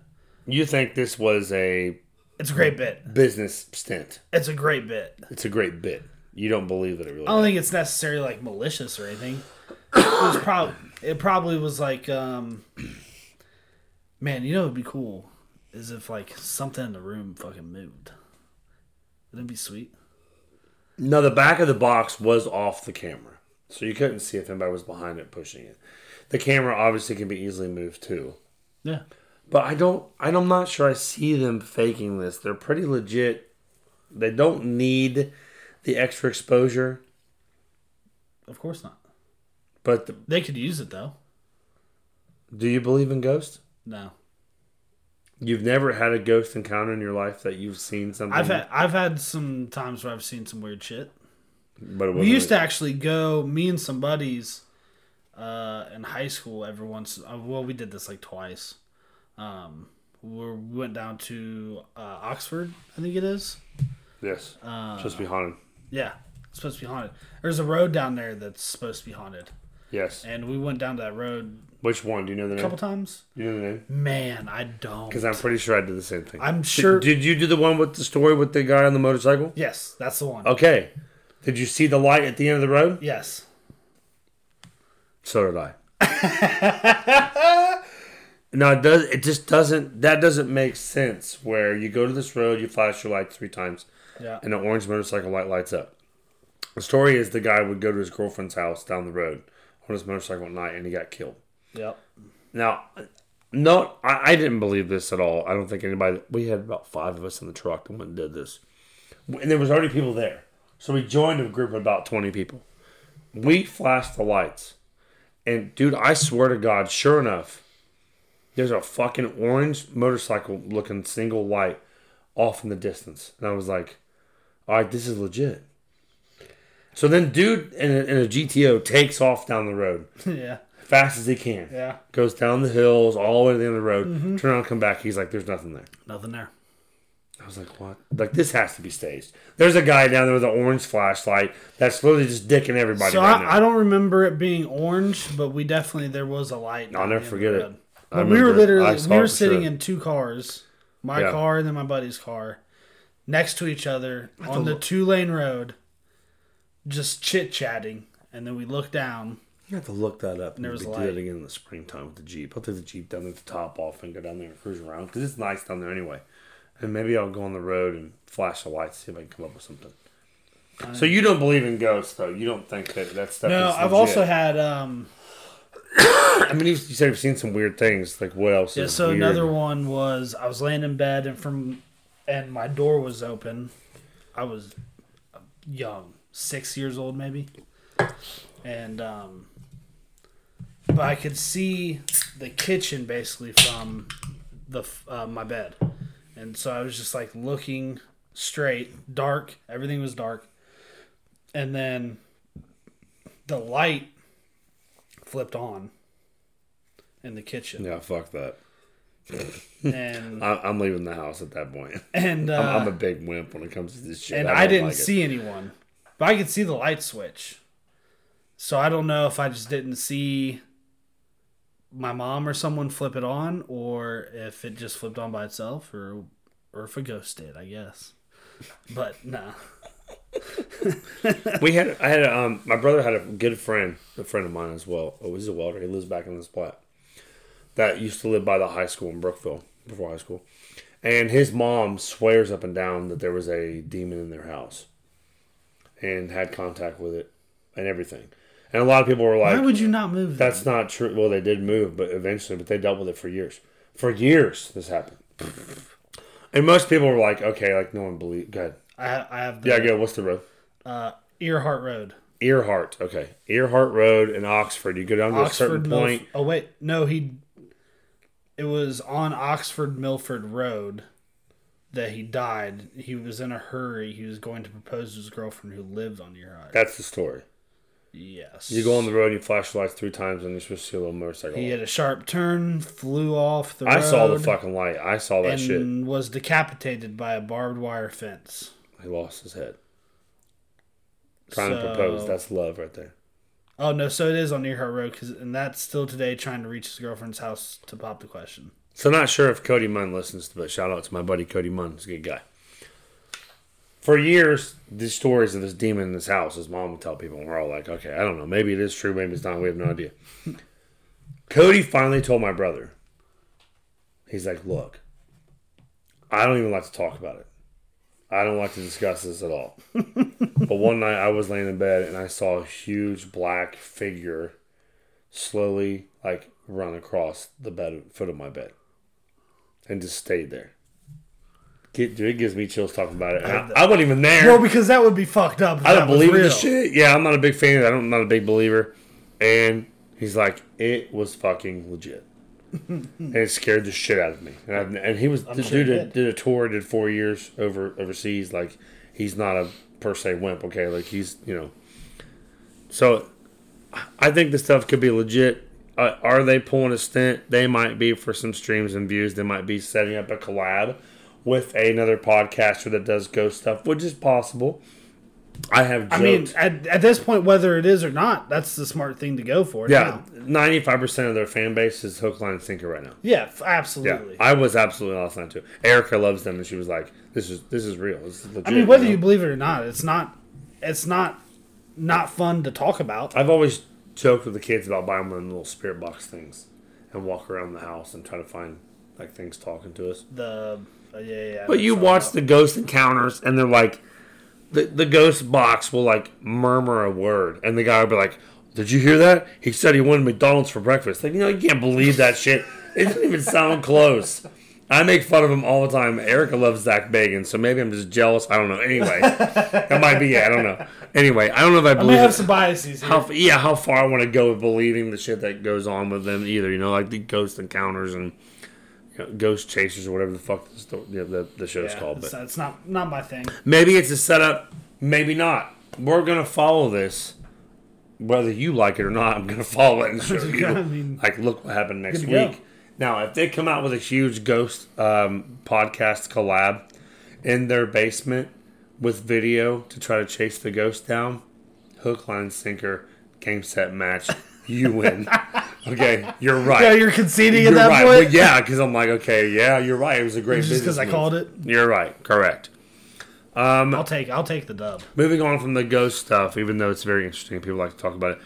you think this was a
It's a great bit.
business stint
It's a great bit.
it's a great bit you don't believe that it really
I don't think it's necessarily like malicious or anything. It was probably it probably was like, um, man, you know, it'd be cool is if like something in the room fucking moved. It'd be sweet.
no the back of the box was off the camera so you couldn't see if anybody was behind it pushing it the camera obviously can be easily moved too
Yeah.
but i don't i'm not sure i see them faking this they're pretty legit they don't need the extra exposure
Of course not.
but the,
They could use it though.
do you believe in ghosts
No.
you've never had a ghost encounter in your life that you've seen something
I've had I've had some times where I've seen some weird shit.
but it
We used to actually go, me and some buddies, uh, in high school. Every once, uh, well, we did this like twice. Um, we're- we went down to uh, Oxford, I think it is.
Yes.
Uh,
supposed to be haunted.
Yeah, it's supposed to be haunted. There's a road down there that's supposed to be haunted,
Yes.
and we went down that road
Which one? Do you know the
a
name?
couple times.
you know the name?
Man, I don't.
Because I'm pretty sure I did the same thing.
I'm
Did-
sure-
Did, you do the one with the story with the guy on the motorcycle?
yes, that's the one.
Okay. Did you see the light at the end of the road?
Yes.
So did I. no, it does. It just doesn't. That doesn't make sense. Where you go to this road, you flash your light three times.
Yeah.
and an orange motorcycle light lights up. The story is the guy would go to his girlfriend's house down the road on his motorcycle at night and he got killed.
Yep.
Now, no, I, I didn't believe this at all. I don't think anybody, we had about five of us in the truck and went and did this. And there was already people there. So we joined a group of about 20 people. We flashed the lights. And dude, I swear to God, sure enough, there's a fucking orange motorcycle looking single light off in the distance. And I was like, all right, this is legit. So then, dude in a, in a GTO takes off down the road
yeah.
fast as he can.
Yeah. Mm-hmm.
Goes down the hills all the way to the end of the road. Turn around, come back. He's like, "There's nothing there."
Nothing there.
I was like, "What? Like this has to be staged." There's a guy down there with an orange flashlight that's literally just dicking everybody
So
right
I,
now.
I don't remember it being orange, but we definitely there was a light.
I'll
down
never
the
forget
road.
it. I
But we were
remember it. I
literally
saw
we
it
were
for
sitting
sure.
in two cars, my
Yeah.
car and then my buddy's car, next to each other on the two lane road, just chit chatting, and then we looked down.
You have to look that up. And
There was
we
a
do
light.
it again in the springtime with the Jeep. I'll take the Jeep down there, with the top off, and go down there and cruise around because it's nice down there anyway. And maybe I'll go on the road and flash the lights, see if I can come up with something. So you don't believe in ghosts, though? You don't think that that stuff?
No,
is
I've
legit?
also had um
I mean, you, you said you've seen some weird things. Like what else?
yeah,
is
so
weird?
another one was I was laying in bed and from and my door was open. I was young, six years old maybe, and um, but I could see the kitchen basically from the f- uh, my bed, and so I was just like looking straight, dark. Everything was dark, and then the light flipped on in the kitchen,
Yeah, fuck that.
and
I, I'm leaving the house at that point.
and uh,
I'm, I'm a big wimp when it comes to this shit.
and
don't
I, didn't
like it.
see anyone, but I could see the light switch. So I don't know if I just didn't see my mom or someone flip it on, or if it just flipped on by itself, or or if a ghost did, I guess. But nah,
we had I had um my brother had a good friend, a friend of mine as well. Oh, he's a welder. He lives back in this plat. That used to live by the high school in Brookville before high school, and his mom swears up and down that there was a demon in their house, and had contact with it, and everything. And a lot of people were like,
why would you not move? That?
"That's not true." Well, they did move, but eventually, but they dealt with it for years. For years, this happened. And most people were like, "Okay, like no one believed." Good.
I ha- I have the
Yeah, go. What's the road?
uh, Earhart Road,
Earhart. Okay. Earhart Road in Oxford. You go down to a
Oxford
certain
Milf-
point.
Oh wait, no, he. It was on Oxford Milford Road that he died. He was in a hurry. He was going to propose to his girlfriend who lived on Earhart.
That's the story.
Yes.
You go on the road and you flash your lights three times and you're supposed to see a little motorcycle.
He had a sharp turn, flew off the road.
I saw the fucking light. I saw that
and
shit.
was decapitated by a barbed wire fence.
He lost his head. Trying to
So-
propose. That's love right there.
Oh no! So it is on Earhart Road, 'cause- and that's still today trying to reach his girlfriend's house to pop the question.
So not sure if Cody Munn listens, but shout out to my buddy Cody Munn. He's a good guy. For years, these stories of this demon in this house, his mom would tell people, and we're all like, okay, I don't know. Maybe it is true, maybe it's not. We have no idea. Cody finally told my brother, he's like, look, I don't even like to talk about it. I don't like to discuss this at all. but one night I was laying in bed and I saw a huge black figure slowly like run across the bed foot of my bed and just stayed there. Get, dude, it gives me chills talking about it. And I, I wasn't even there.
Well, because that would be fucked up. if
I
that
don't
was
believe in
real.
this shit. Yeah, I'm not a big fan. of that. I don't, I'm not a big believer. And he's like, it was fucking legit. and it scared the shit out of me. And, I, and he was the
sure it
dude that
did.
did a tour, did four years over overseas. Like he's not a per se wimp. Okay, like he's you know. So, I think this stuff could be legit. Uh, are they pulling a stint? They might be for some streams and views. They might be setting up a collab with another podcaster that does ghost stuff, which is possible. I have. Joked.
I mean, at, at this point, whether it is or not, that's the smart thing to go for.
Yeah,
now.
ninety-five percent of their fan base is hook, line, and sinker right now.
Yeah, f-
Yeah,
absolutely.
I was absolutely lost on it too. Erica loves them, and she was like, "This is this is real. This is legit."
I mean, whether
know?
you believe it or not, it's not, it's not, not fun to talk about.
I've always joked with the kids about buying one of them little spirit box things and walk around the house and try to find like things talking to us.
The uh, yeah, yeah, yeah.
But you watch the ghost encounters, and they're like, the the ghost box will like murmur a word, and the guy will be like, "Did you hear that? He said he wanted McDonald's for breakfast." Like, you know, you can't believe that shit. It doesn't even sound close. I make fun of him all the time. Erica loves Zach Bagan, so maybe I'm just jealous. I don't know. Anyway, that might be it. I don't know. Anyway, I don't know if I
I may
believe.
have
it
some biases. Here.
how yeah how far I want to go with believing the shit that goes on with them either. You know, like the ghost encounters and you know, ghost chasers or whatever the fuck the, sto- you know, the, the show's
Yeah,
called.
it's,
But
it's not not my thing.
maybe it's a setup, maybe not. We're gonna follow this, whether you like it or not. I'm gonna follow it and show you.
I mean-
like, look what happened next
Good to go.
week. Now, if they come out with a huge ghost um, podcast collab in their basement with video to try to chase the ghost down, hook, line, sinker, game, set, match, you win. okay, you're right.
Yeah, you're conceding
You're
at that
right.
point.
Well, yeah, because I'm like, okay, yeah, you're right. It was a great
just because
business
I
move.
called it,
You're right. Correct.
I'll take I'll take the dub.
Moving on from the ghost stuff, even though it's very interesting, people like to talk about it.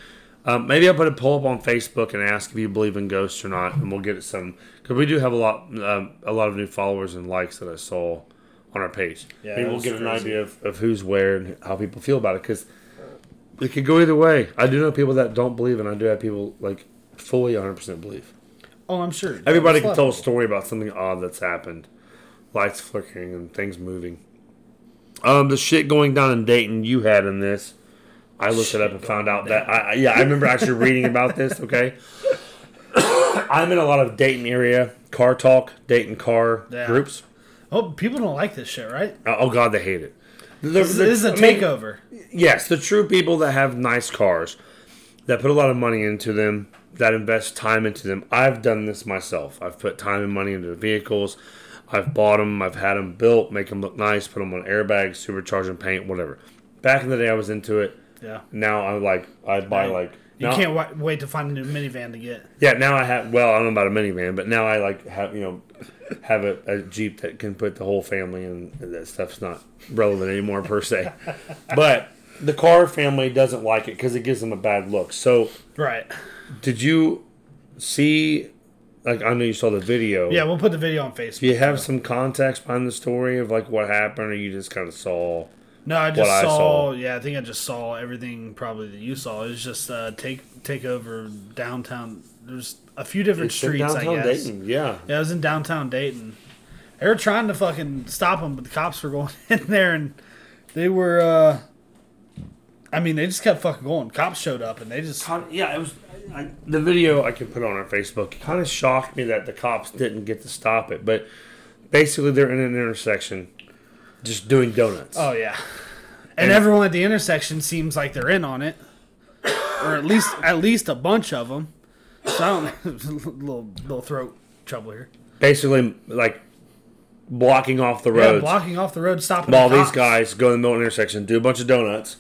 Um, maybe I'll put a poll up on Facebook and ask if you believe in ghosts or not, and we'll get some because we do have a lot, um, a lot of new followers and likes that I saw on our page.
Yeah,
maybe
that
we'll
was
get an
crazy.
idea of, of who's where and how people feel about it because it could go either way. I do know people that don't believe, and I do have people like fully 100 percent believe.
Oh, I'm sure
Everybody can
It's
tell a
love.
story about something odd that's happened. Lights flickering and things moving. Um, the shit going down in Dayton you had in this. I looked it up and found out that I, I yeah, I remember actually reading about this, okay? I'm in a lot of Dayton area car talk, Dayton car
Yeah.
groups.
Oh, people don't like this shit, right?
Oh, oh, God, they hate it. They're-
This,
they're-
this is a
I mean,
takeover.
Yes, the true people that have nice cars, that put a lot of money into them, that invest time into them. I've done this myself. I've put time and money into the vehicles. I've bought them. I've had them built, make them look nice, put them on airbags, supercharge 'em, paint, whatever. Back in the day, I was into it.
yeah.
Now I'm like, I buy like.
You
now-
can't w- wait to find a new minivan to get.
yeah, now I have. Well, I don't know about a minivan, but now I like have you know have a, a jeep that can put the whole family in. and That stuff's not relevant anymore per se. But the car family doesn't like it because it gives them a bad look. So,
Right.
did you see? Like I know you saw the video.
Yeah, we'll put the video on Facebook.
Do you have some context behind the story of like what happened, or you just kind of saw?
No, I just
I
saw,
saw.
Yeah, I think I just saw everything probably that you saw. It was just uh, take take over downtown. There's a few different streets, I
Downtown
guess.
Dayton, yeah.
Yeah, I was in downtown Dayton. They were trying to fucking stop them, but the cops were going in there, and they were. uh I mean, they just kept fucking going. Cops showed up, and they just.
Kind of- yeah, it was. I, the video I can put on our Facebook it kind of shocked me that the cops didn't get to stop it, but basically they're in an intersection, just doing donuts.
Oh yeah, and everyone at the intersection seems like they're in on it, or at least at least a bunch of them. So I don't little little throat trouble here.
Basically, like blocking off the
Yeah,
roads.
blocking off the road, stopping
while
the
these
cops.
guys go in the middle of the intersection, do a bunch of donuts.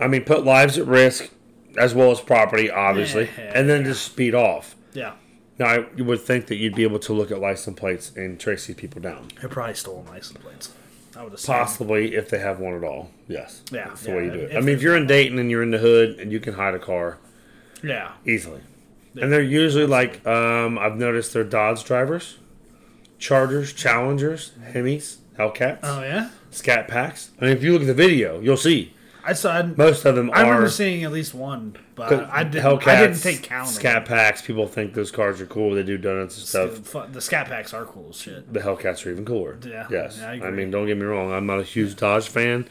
I mean, put lives at risk as well as property, obviously,
Yeah.
and then just speed off.
Yeah,
Now, I, you would think that you'd be able to look at license plates and trace these people down.
they probably stolen license plates. I would assume.
Possibly, if they have one at all. Yes.
Yeah,
That's the
yeah,
way you do it.
if
I mean, if
there's
you're in Dayton and you're in the hood and you can hide a car
Yeah,
easily. And they're usually like, um, I've noticed they're Dodge drivers, Chargers, Challengers, Hemis, Hellcats,
Oh yeah,
Scat Packs. I mean, if you look at the video, you'll see
I saw. I,
most of them
I
are.
remember seeing at least one, but
but
I didn't.
Hellcats,
I didn't take count. of
Scat
them.
Packs. People think those cars are cool. They do donuts and stuff.
The, fu- the scat packs are cool as shit.
the Hellcats are even cooler.
Yeah,
Yes.
yeah, I
I,
agree.
mean, don't get me wrong. I'm not a huge Dodge fan.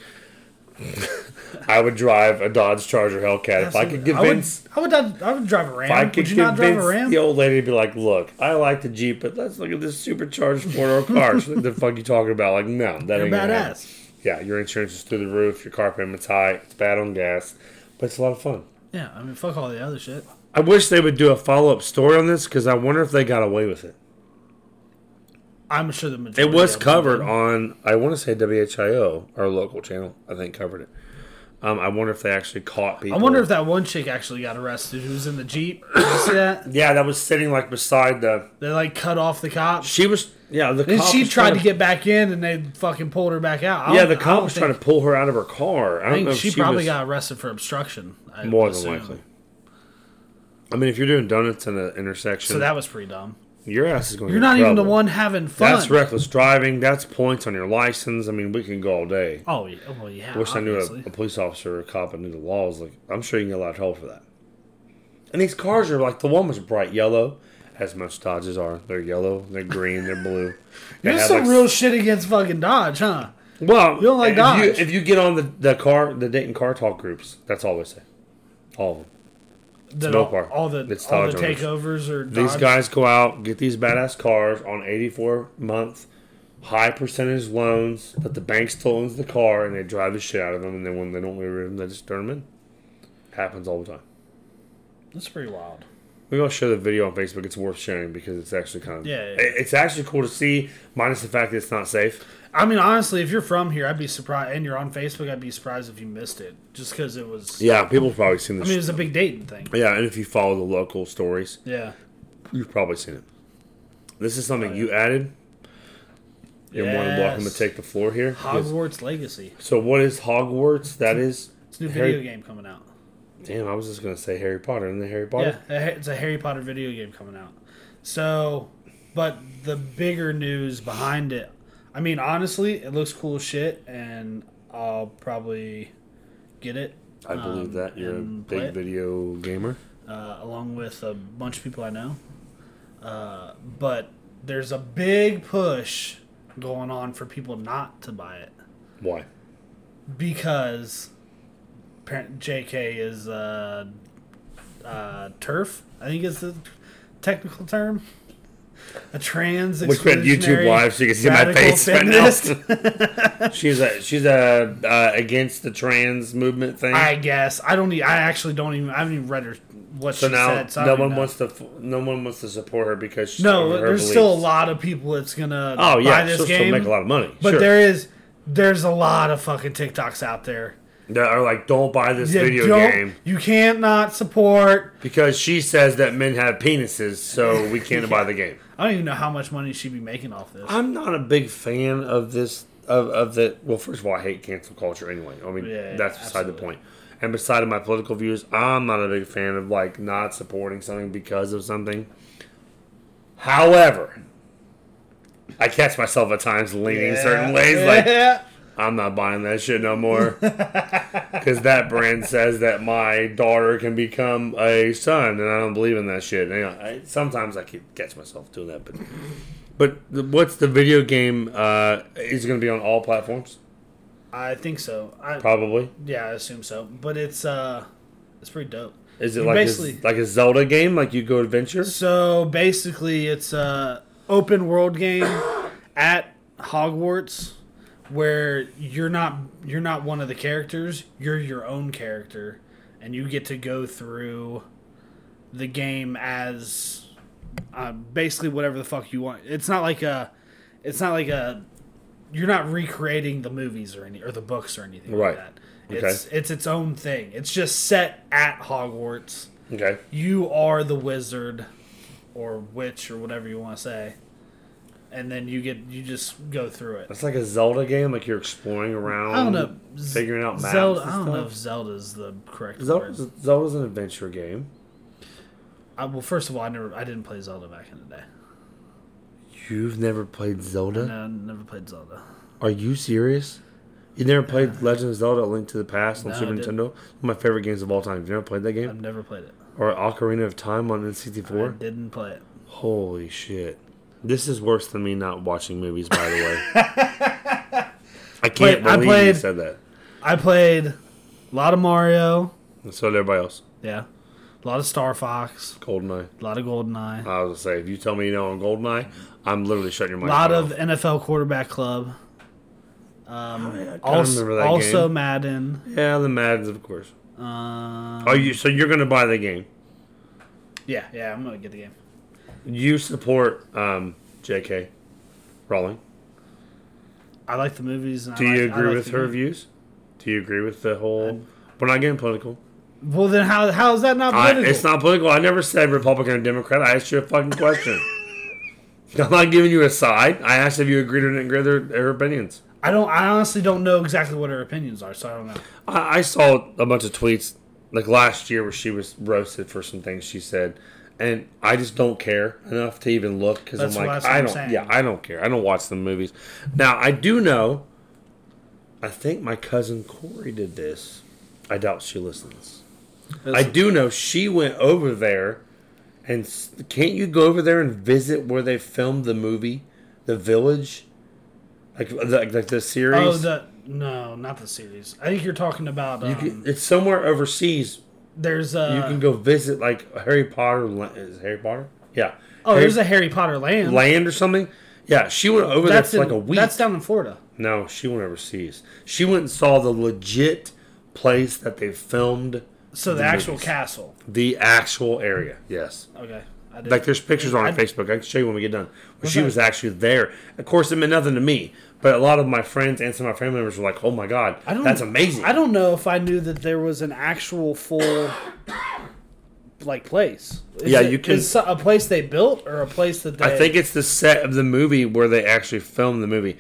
I would drive a Dodge Charger Hellcat if I could
Absolutely.
convince.
I would, I would, not- I would drive a Ram.
If I
would
could
you not drive a
convince
Ram?
the old lady to be like, "Look, I like the Jeep, but let's look at this supercharged four-door car." She's like, the fuck you talking about? Like, no, that
They're
ain't gonna happen.
badass.
Yeah, your insurance is through the roof. Your car payment's high. It's bad on gas, but it's a lot of fun.
Yeah, I mean, fuck all the other shit.
I wish they would do a follow-up story on this because I wonder if they got away with it.
I'm sure the majority.
It was
of them
covered
did.
on, I want to say WHIO, our local channel. I think covered it. Um, I wonder if they actually caught
I
people.
wonder if that one chick actually got arrested who was in the jeep. Did you see that?
Yeah, that was sitting like beside the.
They like cut off the cops.
She was. Yeah, the.
And
cop
she
was
tried
trying
to get back in, and they fucking pulled her back out. I
Yeah,
don't-
the
I
cop
don't
was
think-
trying to pull her out of her car. I
I
don't know.
think
If
she, probably
was,
got arrested for obstruction. I
more
would
than
assume.
likely. I mean, if you're doing donuts in an intersection,
So that was pretty dumb.
your ass is going.
You're not even the one having fun.
That's reckless driving. That's points on your license. I mean, we can go all day.
Oh yeah, oh yeah.
Wish I knew a,
obviously.
a police officer or a cop and knew the laws. Like I'm sure you can get a lot of trouble for that. And these cars are like the one was bright yellow, as most Dodges are. They're yellow, they're green, they're blue. They
There's
have,
some
like,
real shit against fucking Dodge, huh?
well. You
don't like
if
Dodge.
You, if you get on the, the car, the Dayton car talk groups, that's all they say. All of them.
That
no
all,
part.
all the
It's
all the
Dodge owners.
takeovers or
These
Dodge-
guys go out, get these badass cars on 84 month high percentage loans, but the bank still owns the car, and they drive the shit out of them. And then when they don't get rid of them, they just turn them in. Happens all the time.
That's pretty wild.
We gonna share the video on Facebook. It's worth sharing because it's actually kind of
Yeah, yeah, yeah.
It- It's actually cool to see, minus the fact that it's not safe.
I mean, honestly, if you're from here, I'd be surprised, and you're on Facebook, I'd be surprised if you missed it, just because it was.
Yeah, people have probably seen
I
this.
mean, it was a big Dayton thing.
yeah, and if you follow the local stories,
Yeah.
you've probably seen it. This is something you added. You're more than welcome to
Yes.
take the floor here.
Hogwarts Legacy.
So what is Hogwarts? That is
It's a new
Harry-
video game coming out.
Damn, I was just gonna say Harry Potter and the Harry
Yeah,
Potter.
a- it's a Harry Potter video game coming out. So, but the bigger news behind it, I mean, honestly, it looks cool as shit, and I'll probably get it.
I believe
um,
that you're a
and
big
play it,
video gamer.
uh, along with a bunch of people I know. Uh, but there's a big push going on for people not to buy it
Why?
because par- JK is uh, uh, turf. I think it's the technical term? A trans.
Look at YouTube
exclusionary
live so you can see my
radical
face right
feminist?
now. she's a she's a uh, against the trans movement thing.
I guess I don't. e- I actually don't even. I haven't even read her what
so
she
now
said. So I
no
don't
one
even know.
wants to f- no one wants to support her because she's
No,
over her
there's still a
beliefs.
lot of people that's gonna
Oh
buy
yeah,
this
she'll
game.
still make a lot of money.
but
sure.
there is there's a lot of fucking TikToks out there.
that are like, don't buy this
that
video
don't-
game
You can't not support.
because she says that men have penises, so we can't buy the game.
I don't even know how much money she'd be making off this.
I'm not a big fan of this of of the well, first of all, I hate cancel culture anyway. I mean,
Yeah,
that's beside
absolutely.
the point. And beside my political views, I'm not a big fan of like not supporting something because of something. However, I catch myself at times leaning certain ways like
Yeah.
I'm not buying that shit no more. Because that brand says that my daughter can become a son, and I don't believe in that shit. And, you know, I, sometimes I can catch myself doing that, but but the, what's the video game? Uh, is going to be on all platforms,
I think so. I,
probably.
yeah, I assume so. But it's uh, it's pretty dope.
Is it
You
like
basically-
a, like a Zelda game, like you go adventure?
So basically, it's a open world game at Hogwarts where you're not you're not one of the characters. You're your own character, and you get to go through the game as uh, basically whatever the fuck you want. It's not like a it's not like a you're not recreating the movies or any or the books or anything
Right.
like that.
Okay.
It's it's its own thing. It's just set at Hogwarts
Okay,
you are the wizard or witch or whatever you want to say and then you get you just go through it
it's like a Zelda game, like you're exploring around.
i don't know Z-
figuring out maps.
zelda
and
i don't know if
stuff.
zelda's the correct
Zelda's,
word
Zelda's an adventure game.
I, well first of all i never i didn't play zelda back in the day
You've never played Zelda?
no, I never played zelda
Are you serious? You never played Legend of Zelda: A Link to the Past on
No,
Super
I didn't.
Nintendo? One of my favorite games of all time. You never played that
i've
game?
never played it
Or Ocarina of Time on
i
N64?
didn't play it
Holy shit! This is worse than me not watching movies. By the way, I can't
Wait, I
believe you
played-
said that.
i played a lot of mario
So did everybody else.
yeah a lot of star fox
Goldeneye.
a lot of goldeneye
I was gonna say, if you tell me you know on Goldeneye, I'm literally shutting your
a
mic.
lot
off.
of nfl quarterback club um,
I
also,
remember that
also
game.
Madden.
yeah, the Mads, of course.
Um,
Are you so you're gonna buy the game?
yeah, yeah, I'm gonna get the game.
You support um, J.K. Rowling?
I like the movies. And
Do
I
you
like, I
agree
like
with
the
her
movie.
views? Do you agree with the whole? We're not getting political.
Well, then how how is that not
I,
political?
it's not political. I never said Republican or Democrat. I asked you a fucking question. I'm not giving you a side. I asked if you agreed or didn't agree with their, their opinions.
I don't. I honestly don't know exactly what her opinions are, so I don't know.
I, I saw a bunch of tweets like last year where she was roasted for some things she said, and I just don't care enough to even look because I'm
That's what-
like,
that's what
I
I'm
don't.
saying.
Yeah, I don't care. I don't watch the movies. Now I do know. I think my cousin Corey did this. I doubt she listens. I do know she went over there, and s- can't you go over there and visit where they filmed the movie, The Village, like like, like the series?
Oh, the no, not the series. I think you're talking about. Um,
You can- it's somewhere overseas.
there's a.
You can go visit like Harry Potter. la- Is it Harry Potter? Yeah.
oh,
Harry
there's a Harry Potter land.
land or something. Yeah, she went over
that's
there for
in-
like a week.
That's down in Florida.
No, she went overseas. She went and saw the legit place that they filmed
So the,
The
actual
movies.
castle.
the actual area. Yes.
Okay. I did.
Like there's pictures on her
I-
Facebook. I can show you when we get done. But she
Okay.
was actually there. Of course, it meant nothing to me, but a lot of my friends and some of my family members were like, "Oh my god,
I don't,
that's amazing!"
I don't know if I knew that there was an actual full like place. Is
Yeah,
it-
you can-
Is so- a place they built or a place that they?
I think it's the set of the movie where they actually filmed the movie.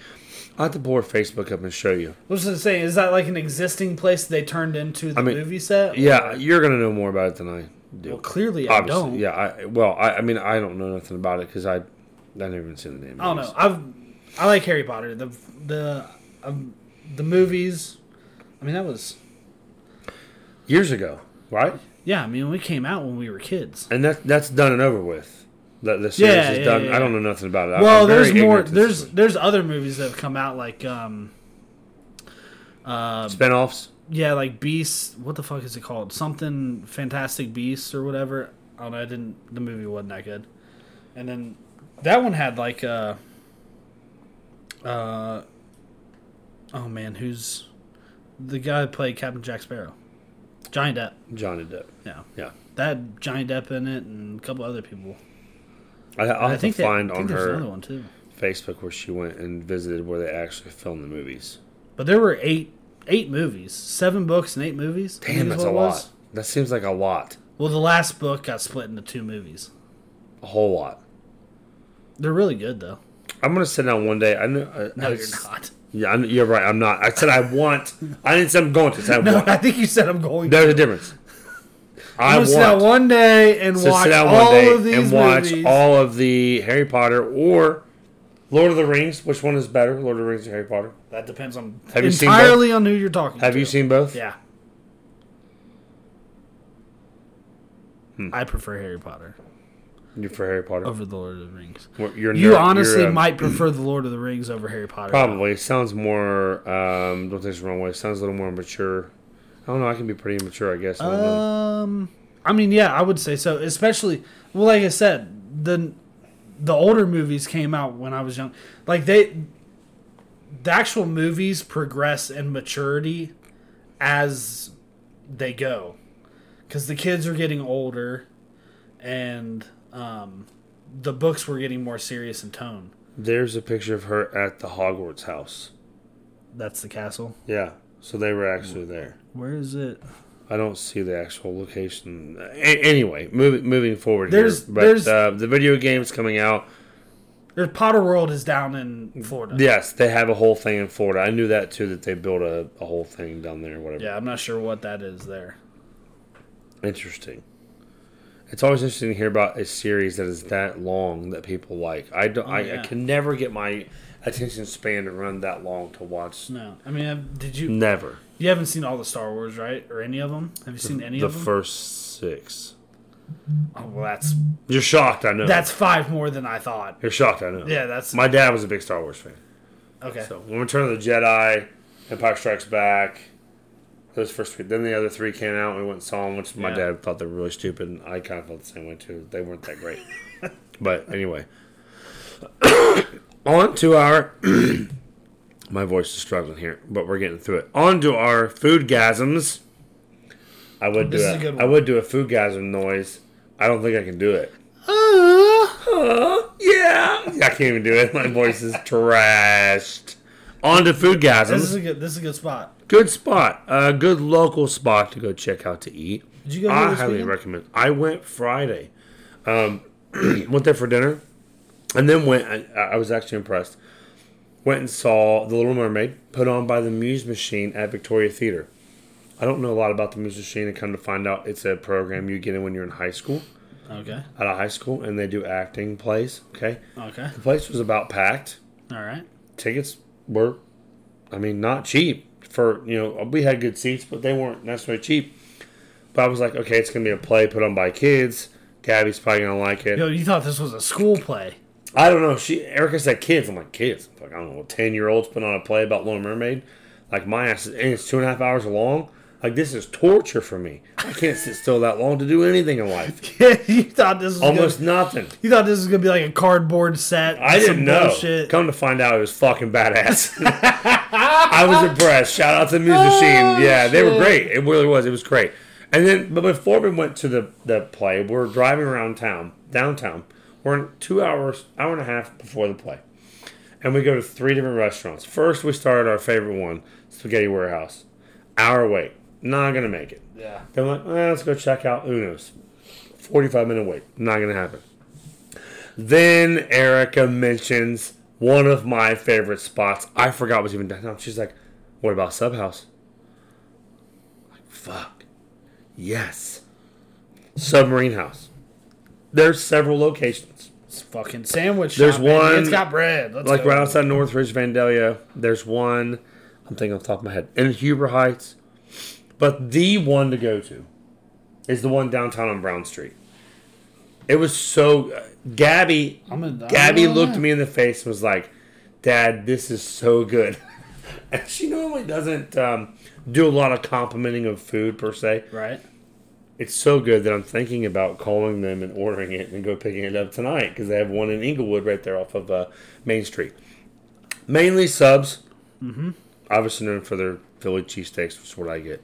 I will have to pull her Facebook up and show you.
What's it saying? Is that like an existing place they turned into the
mean,
movie set?
Yeah, you're gonna know more about it than I do.
Well, clearly
Obviously,
I don't.
yeah. I, well, I, I mean, I don't know nothing about it because I, I never even seen the name.
I don't know. I've I like Harry Potter. The the um, the movies. I mean that was
Years ago, right?
yeah. I mean we came out when we were kids.
And that that's done and over with. That the series
Yeah,
is
yeah,
done.
yeah,
I don't know nothing about it. I-
Well,
I'm very
there's more.
ignorant to this
There's there's other movies that have come out like um. Uh,
spinoffs.
Yeah, like Beast. What the fuck is it called? Something Fantastic Beasts or whatever. Oh no, it didn't. The movie wasn't that good. And then that one had like uh, uh, oh man, who's the guy who played Captain Jack Sparrow? Johnny Depp.
Johnny Depp.
Yeah,
Yeah.
that had Johnny Depp in it, and a couple other people.
I, I'll have
I think
to
that-
find
I think
on
there's another
her
one too.
Facebook where she went and visited where they actually filmed the movies.
But there were eight eight movies, seven books and eight movies. I think
Damn,
is
that's
what
a
it was.
lot. That seems like a lot.
Well, the last book got split into two movies.
A whole lot.
They're really good though.
I'm gonna sit down one day. I know. I,
No,
I
you're
s-
not.
Yeah, I'm, you're right. I'm not. I said I want. I didn't say I'm going to. I said I
No,
want.
I think you said I'm going.
There's a difference. I want
I'm gonna sit out one day and
to
watch
sit down
all
one day
of these
and watch
movies.
all of the Harry Potter or Lord of the Rings. Which one is better, Lord of the Rings or Harry Potter?
That depends on
Have you seen
entirely on who you're talking.
Have
to.
you seen both?
Yeah.
Hmm.
I prefer Harry Potter
You for Harry Potter?
over the Lord of the Rings.
Well, You're
You
nerd-
honestly
you're, uh,
might prefer the Lord of the Rings over Harry Potter.
probably sounds more. Um, don't take this the wrong way. Sounds a little more mature. I don't know. I can be pretty immature, I guess. I don't know.
Um, I mean, yeah, I would say so. Especially, well, like I said, the the older movies came out when I was young. Like they, the actual movies progress in maturity as they go, because the kids are getting older, and um, the books were getting more serious in tone.
There's a picture of her at the Hogwarts house.
That's the castle.
Yeah. So they were actually there.
Where is it?
I don't see the actual location. A- anyway, moving moving forward
There's-
here, but
there's-
uh, the video game's coming out.
There's Potter World is down in Florida.
Yes, they have a whole thing in Florida. I knew that too. That they built a, a whole thing down there. Whatever.
Yeah, I'm not sure what that is there.
Interesting. It's always interesting to hear about a series that is that long that people like. I don't. I,
yeah.
I can never get my attention span to run that long to watch.
No, I mean, have- did you?
Never
You haven't seen all the Star Wars, right? Or any of them? Have you seen any
the
of them?
first six.
oh, well, that's
You're shocked. I know.
that's five more than I thought.
You're shocked. I know.
Yeah, that's
My dad was a big Star Wars fan.
okay.
So when Return of the Jedi, Empire Strikes Back, those first three. Then the other three came out. and We went and saw them, which my
Yeah.
dad thought they were really stupid. And I kind of felt the same way too. They weren't that great. but anyway, on to our. my voice is struggling here, but we're getting through it. On to our food gasms. I would
This
do
is
a-
a good
I
one.
would do a food gasm noise. I don't think I can do it. Yeah, I can't even do it. My voice is trashed. On to food gasms.
this is a good. This is a good spot.
Good spot. A good local spot to go check out to eat.
Did you go
I
here this
highly
weekend?
recommend. I went Friday. Um, went there for dinner, and then went. I, I was actually impressed. Went and saw The Little Mermaid put on by the Muse Machine at Victoria Theater. I don't know a lot about the Muse Machine, and come to find out, it's a program you get in when you're in high school,
Okay.
out of high school, and they do acting plays. Okay,
Okay.
the place was about packed
All right.
tickets were, I mean, not cheap for you know we had good seats, but they weren't necessarily cheap. But I was like, okay, it's gonna be a play put on by kids. Gabby's probably gonna like it.
Yo, you thought this was a school play?
I don't know. She Erica said kids. I'm like kids. Like I don't know, ten year olds put on a play about Little Mermaid. Like my ass, is, and it's two and a half hours long. Like this is torture for me. I can't sit still that long to do anything in life.
you thought this was
Almost
Gonna,
nothing.
you thought this was gonna be like a cardboard set?
I
with
didn't
some
know.
bullshit?
Come to find out, it was fucking badass. I was impressed. Shout out to the Muse
Oh,
Machine. Yeah, they were great. It really was. It was great. And then, but before we went to the the play, we're driving around town, downtown. We're in two hours, hour and a half before the play, and we go to three different restaurants. First, we started our favorite one, Spaghetti Warehouse. Hour wait, not gonna make it.
Yeah.
Then we're like, eh, let's go check out Uno's. 45 minute wait. Not going to happen. Then Erica mentions one of my favorite spots. I forgot was even downtown. She's like, what about Subhouse? I'm like, fuck. Yes. Submarine House. There's several locations.
It's fucking sandwich.
There's
shop, baby.
one-
It's got bread. Let's
Like
go.
right outside Northridge, Vandalia, there's one. I'm thinking off the top of my head. In Huber Heights. But the one to go to is the one downtown on Brown Street. It was so. Gabby
I'm gonna- I'm
Gabby
gonna
looked
lie.
me in the face and was like, Dad, this is so good. and she normally doesn't um, do a lot of complimenting of food per se.
Right.
It's so good that I'm thinking about calling them and ordering it and go picking it up tonight because they have one in Inglewood right there off of uh, Main Street. Mainly subs. Mm-hmm. Obviously known for their Philly cheesesteaks, which is what I get.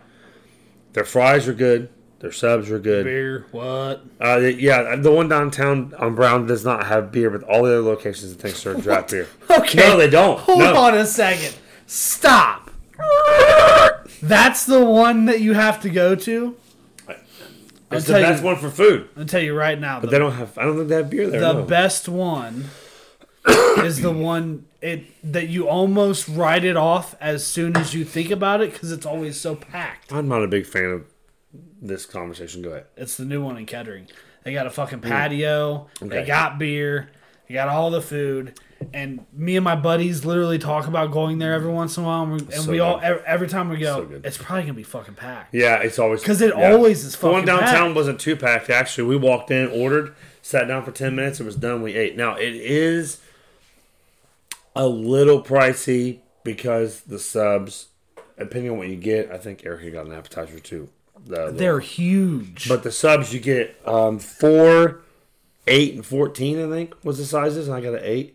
Their fries are good. Their subs are good.
Beer, what?
Uh, yeah, the one downtown on Brown does not have beer, but all the other locations and things serve draft beer.
Okay.
No, they don't.
Hold
No.
on a second. Stop. That's the one that you have to go to. I'll
It's the
tell
best
you,
one for food.
I'll tell you right now.
They
The,
don't have. I don't think they have beer there.
the
no.
best one is the one it that you almost write it off as soon as you think about it because it's always so packed.
I'm not a big fan of this conversation. Go ahead.
It's the new one in Kettering. They got a fucking patio. They
Hmm. Okay.
got beer. They got all the food. And me and my buddies literally talk about going there every once in a while. And we, and
so
we all
good.
every, every time we
So
go,
good.
it's probably gonna be fucking packed.
Yeah, it's always
'Cause it
yeah.
always is
The one
fucking
downtown
packed.
wasn't too packed. Actually, we walked in, ordered, sat down for ten minutes. It was done. We ate. Now it is a little pricey because the subs, depending on what you get, I think Erica got an appetizer too. The- the-
They're huge.
But the subs you get um, four, eight, and fourteen. I think was the sizes, and I got an eight.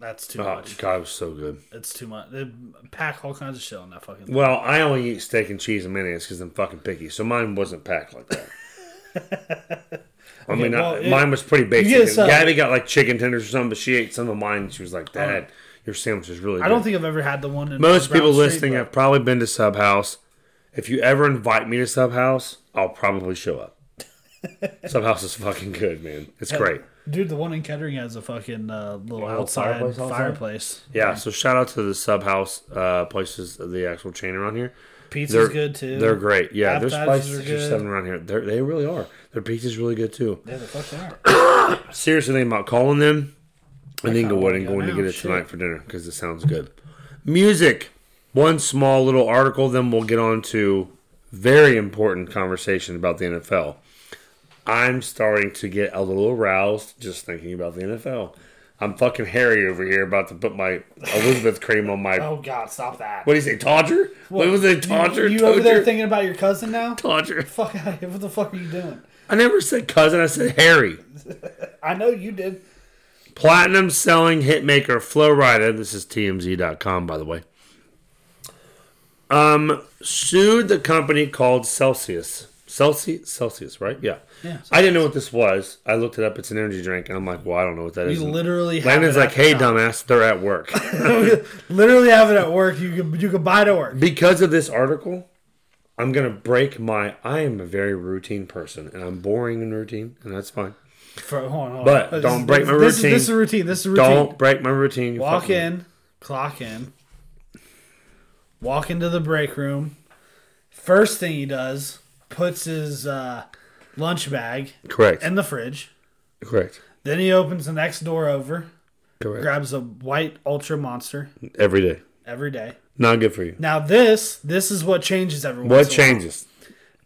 That's too
Oh
much.
God, it was so good.
It's too much. They pack all kinds of shit on that fucking. thing.
Well, I only eat steak and cheese and mayonnaise because I'm fucking picky, so mine wasn't packed like that. I mean,
well,
I,
it-
mine was pretty basic.
you get a sub.
Gabby got like chicken tenders or something, but she ate some of mine. and She was like, "Dad, your sandwich is really."
Uh-huh. I don't think I've ever had the one. In
most
Brown
people
Street,
listening
but
have probably been to Sub House. If you ever invite me to Sub House, I'll probably show up. Sub House is fucking good, man. It's great.
Dude, the one in Kettering has a fucking uh, little
Wow,
outside
fireplace outside?
fireplace.
Yeah, so shout out to the sub house uh, places, the actual chain around here.
Pizza's
They're
good too.
They're great. Yeah, there's
Appetizers
places
are
six or
good.
seven around here. They're, they really are. Their pizza's really good too.
Yeah, the fuck they are.
Seriously, thinking about calling them in Inglewood and
wanna go
going to
now,
get it
"Oh, shit.
tonight for dinner because it sounds good. Music. One small little article, then we'll get on to very important conversation about the NFL. I'm starting to get a little aroused just thinking about the NFL. I'm fucking hairy over here, about to put my Elizabeth cream on my
Oh God, stop that.
What do you say, Todger? What, was it, Todger?
You, you over there
Todger?
thinking about your cousin now?
Todger.
Fuck out of here. What the fuck are you doing?
I never said cousin. I said Harry.
I know you did.
Platinum selling hitmaker Flow Rida. This is TMZ.com, by the way. Um, sued the company called Celsius. Celsius, Celsius, right? Yeah.
Yeah,
I didn't know what this was. I looked it up. It's an energy drink, and I'm like, well, I don't know what that is.
You literally have
Landon's
it at
like, hey,
the shop.
dumbass, they're at work.
Literally have it at work. You could you could buy it at work.
because of this article, I'm gonna break my. I am a very routine person, and I'm boring in routine, and that's fine.
For, hold on, hold on.
But
This-
don't break my
this, This,
routine.
is- this is routine. This is routine.
Don't break my routine. you
Walk
fucking-
in, clock in, walk into the break room. First thing he does, puts his uh, lunch bag
Correct.
in the fridge.
Correct.
Then he opens the next door over,
Correct.
grabs a white ultra monster
Every day.
every day.
Not good for you.
Now this this is what changes every once
What
in a while.
changes?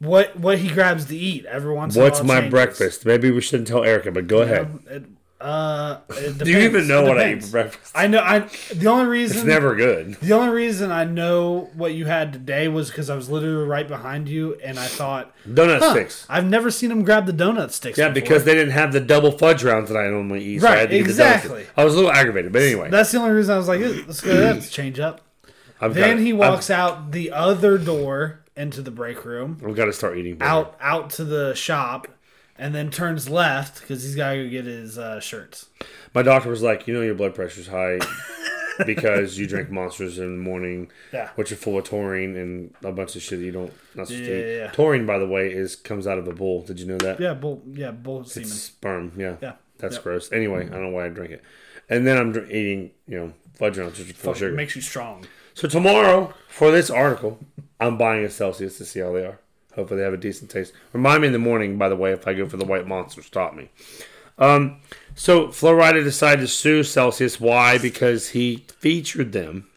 What what he grabs to eat every once. in a
What's
while
my
changes. Um,
breakfast? Maybe we shouldn't tell Erica, but go ahead.
It, uh, it
Do you even
depends.
know
It
what I eat
depends.
for breakfast?
I know. I the only reason
It's never good.
The only reason I know what you had today was because I was literally right behind you, and I thought,
Donut
huh,
sticks.
I've never seen him grab the donut sticks.
Yeah,
before.
because they didn't have the double fudge rounds that I normally eat. so I
Right,
had to get the donut sticks.
exactly.
I was a little aggravated, but anyway.
that's the only reason I was like, "Eh, let's go. Let's change up.
I've
Then
got-
he walks out the other door into the break room,
I've, I've got to start eating. better.
out out to the shop, and then turns left because he's got to go get his uh, shirts.
My doctor was like, you know, your blood pressure's high because you drink monsters in the morning,
Yeah.
which are full of taurine and a bunch of shit that you don't not supposed to eat.
Yeah, yeah, yeah.
Taurine, by the way, is comes out of a bull. Did you know that?
Yeah, bull. Yeah, bull semen.
Sperm. Yeah.
Yeah.
That's
Yep.
gross. Anyway, I don't know why I drink it. And then I'm dr- eating, you know, fudge rounds, which are full of sugar.
Makes you strong.
so tomorrow for this article, I'm buying a Celsius to see how they are. Hopefully, they have a decent taste. Remind me in the morning, by the way, if I go for the white monster, stop me. Um, So Florida decided to sue Celsius. Why? Because he featured them.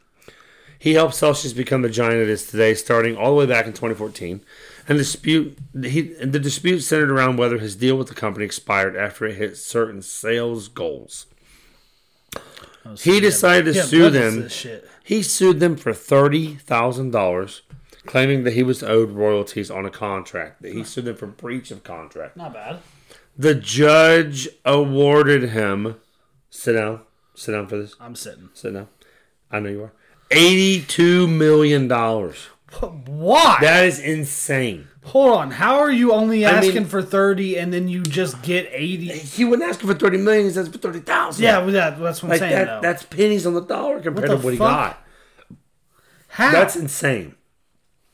He helped Celsius become the giant it is today, starting all the way back in 2014. And dispute he, the dispute centered around whether his deal with the company expired after it hit certain sales goals. He decided to
Yeah,
sue
what is
them.
This shit.
He sued them for thirty thousand dollars, claiming that he was owed royalties on a contract, that he sued them for breach of contract.
Not bad.
The judge awarded him. Sit down. Sit down for this.
I'm sitting.
Sit down. I know you are. $82 million. That
Why?
is insane.
Hold on. How are you only
I mean-
asking for 30 and then you just get 80?
He wouldn't ask him for 30 million. He says for 30,000.
Yeah, well, that, that's what I'm
Like
saying,
that,
though.
that's pennies on the dollar compared
What the
to what he
fuck? Ah.
got.
How?
That's insane.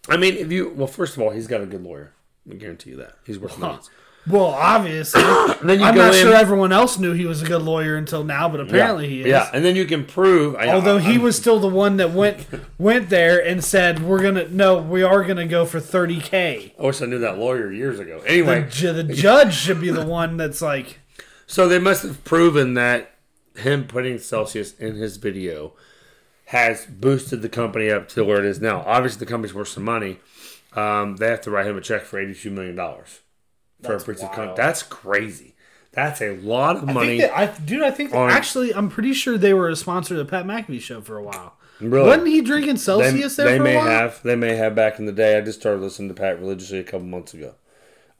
I mean, if you well, first of all, he's got a good lawyer. I guarantee you that he's worth millions.
well, obviously. I'm
then you go
not
in,
sure everyone else knew he was a good lawyer until now, but apparently
yeah,
he is.
Yeah, and then you can prove. I-
Although he
I'm-
was still the one that went went there and said, "We're gonna no, we are gonna go for 30k."
I wish I knew that lawyer years ago. Anyway,
Ju- The judge should be the one that's like,
so they must have proven that him putting Celsius in his video has boosted the company up to where it is now. Obviously, the company's worth some money. Um, they have to write him a check for eighty-two million dollars for a breach of contract. That's crazy. That's a lot of
I
money.
think that, I, dude. I think that-
on-
actually, I'm pretty sure they were a sponsor of the Pat McAfee show for a while.
Really?
Wasn't he drinking
they,
Celsius there
they
for
may
a while?
have they may have back in the day. I just started listening to Pat religiously a couple months ago.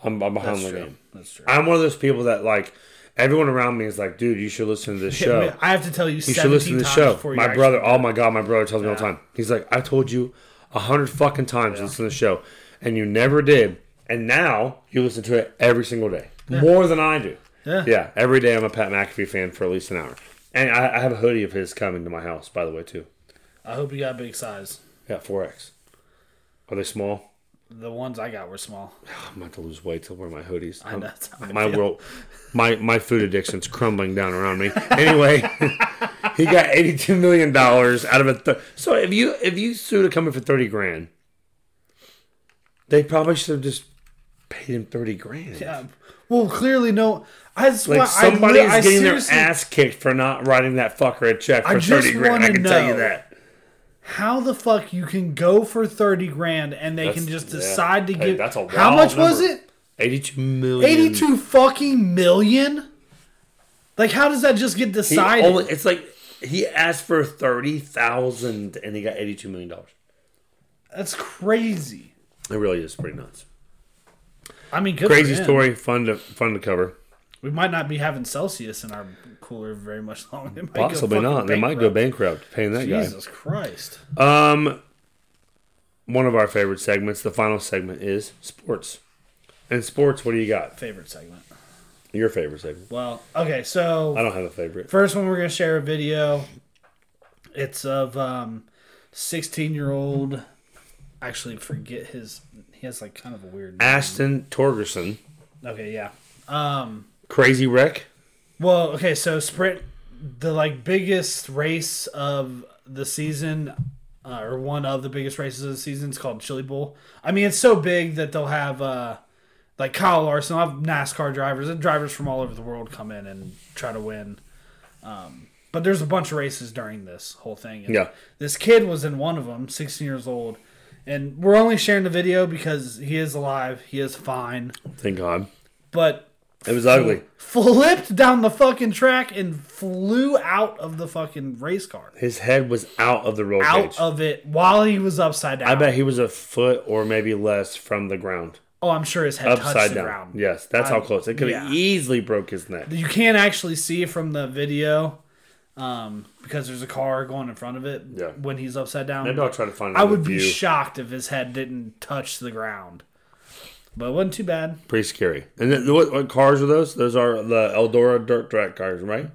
I'm, I'm behind
That's
the
true.
game.
That's true.
I'm one of those people that like everyone around me is like, dude, you should listen to this
Yeah,
show.
man, I have to tell you,
Oh. you should listen to this
show.
show. My brother, oh my god, my brother tells me all the time. He's like, I told you a hundred fucking times to listen to the show, and you never did. And now you listen to it every single day, more than I do.
Yeah.
yeah. Every day I'm a Pat McAfee fan for at least an hour, and I, I have a hoodie of his coming to my house, by the way, too.
I hope you got big size.
Yeah, four X. Are they small?
The ones I got were small.
I'm about to lose weight to wear my hoodies.
I know, that's how I
my
feel.
world, my my food addiction's crumbling down around me. Anyway, he got 82 million dollars out of a. Th- so if you if you sued a company for 30 grand, they probably should have just paid him 30 grand.
Yeah. Well, clearly no. I just
Like
want,
somebody
I, li- I
is getting their
seriously-
ass kicked for not writing that fucker a check
I
for
just
30 grand. I
wanna
can tell you
know.
that.
How the fuck you can go for thirty grand and they
That's-
can just
yeah.
decide to
Hey,
give?
that's a
how
wild
much was
number.
it?
82 million.
Eighty-two fucking million. Like, how does that just get
He
decided?
only- it's like he asked for thirty thousand and he got eighty two million dollars.
that's crazy.
It really is pretty nuts.
I mean, good
Crazy
for him.
story, fun to fun to cover.
We might not be having Celsius in our cooler very much longer. It might go
Possibly
fucking
not. They might go
bankrupt.
bankrupt paying that
Jesus Christ.
guy. Um, one of our favorite segments, the final segment is sports. And sports, what do you got?
Favorite segment.
Your favorite segment?
Well, okay, so
I don't have a favorite.
First one we're gonna share a video. It's of um, sixteen year old. Actually, forget his. He has like kind of a weird.
Ashton Torgerson,
Okay, yeah. Um.
crazy wreck.
Well, okay. So sprint, the like biggest race of the season, uh, or one of the biggest races of the season is called Chili Bowl. I mean, it's so big that they'll have uh, like Kyle Larson, they'll have NASCAR drivers and drivers from all over the world come in and try to win. Um, but there's a bunch of races during this whole thing. And
Yeah.
This kid was in one of them, 16 years old. And we're only sharing the video because he is alive. He is fine.
Thank God,
But
it was ugly.
flipped down the fucking track and flew out of the fucking race car.
His head was out of the roll
Out
cage.
of it while he was upside down.
I bet he was a foot or maybe less from the ground.
oh, I'm sure his head touched
upside
the
down.
ground.
Yes, that's how
Um,
close. It could have
yeah.
easily broke his neck.
You can't actually see from the video um, because there's a car going in front of it
Yeah.
when he's upside down.
Maybe I'll try to find.
I would be
view.
shocked if his head didn't touch the ground. But it wasn't too bad.
pretty scary. And then, what, what cars are those? Those are the Eldora dirt track cars, right?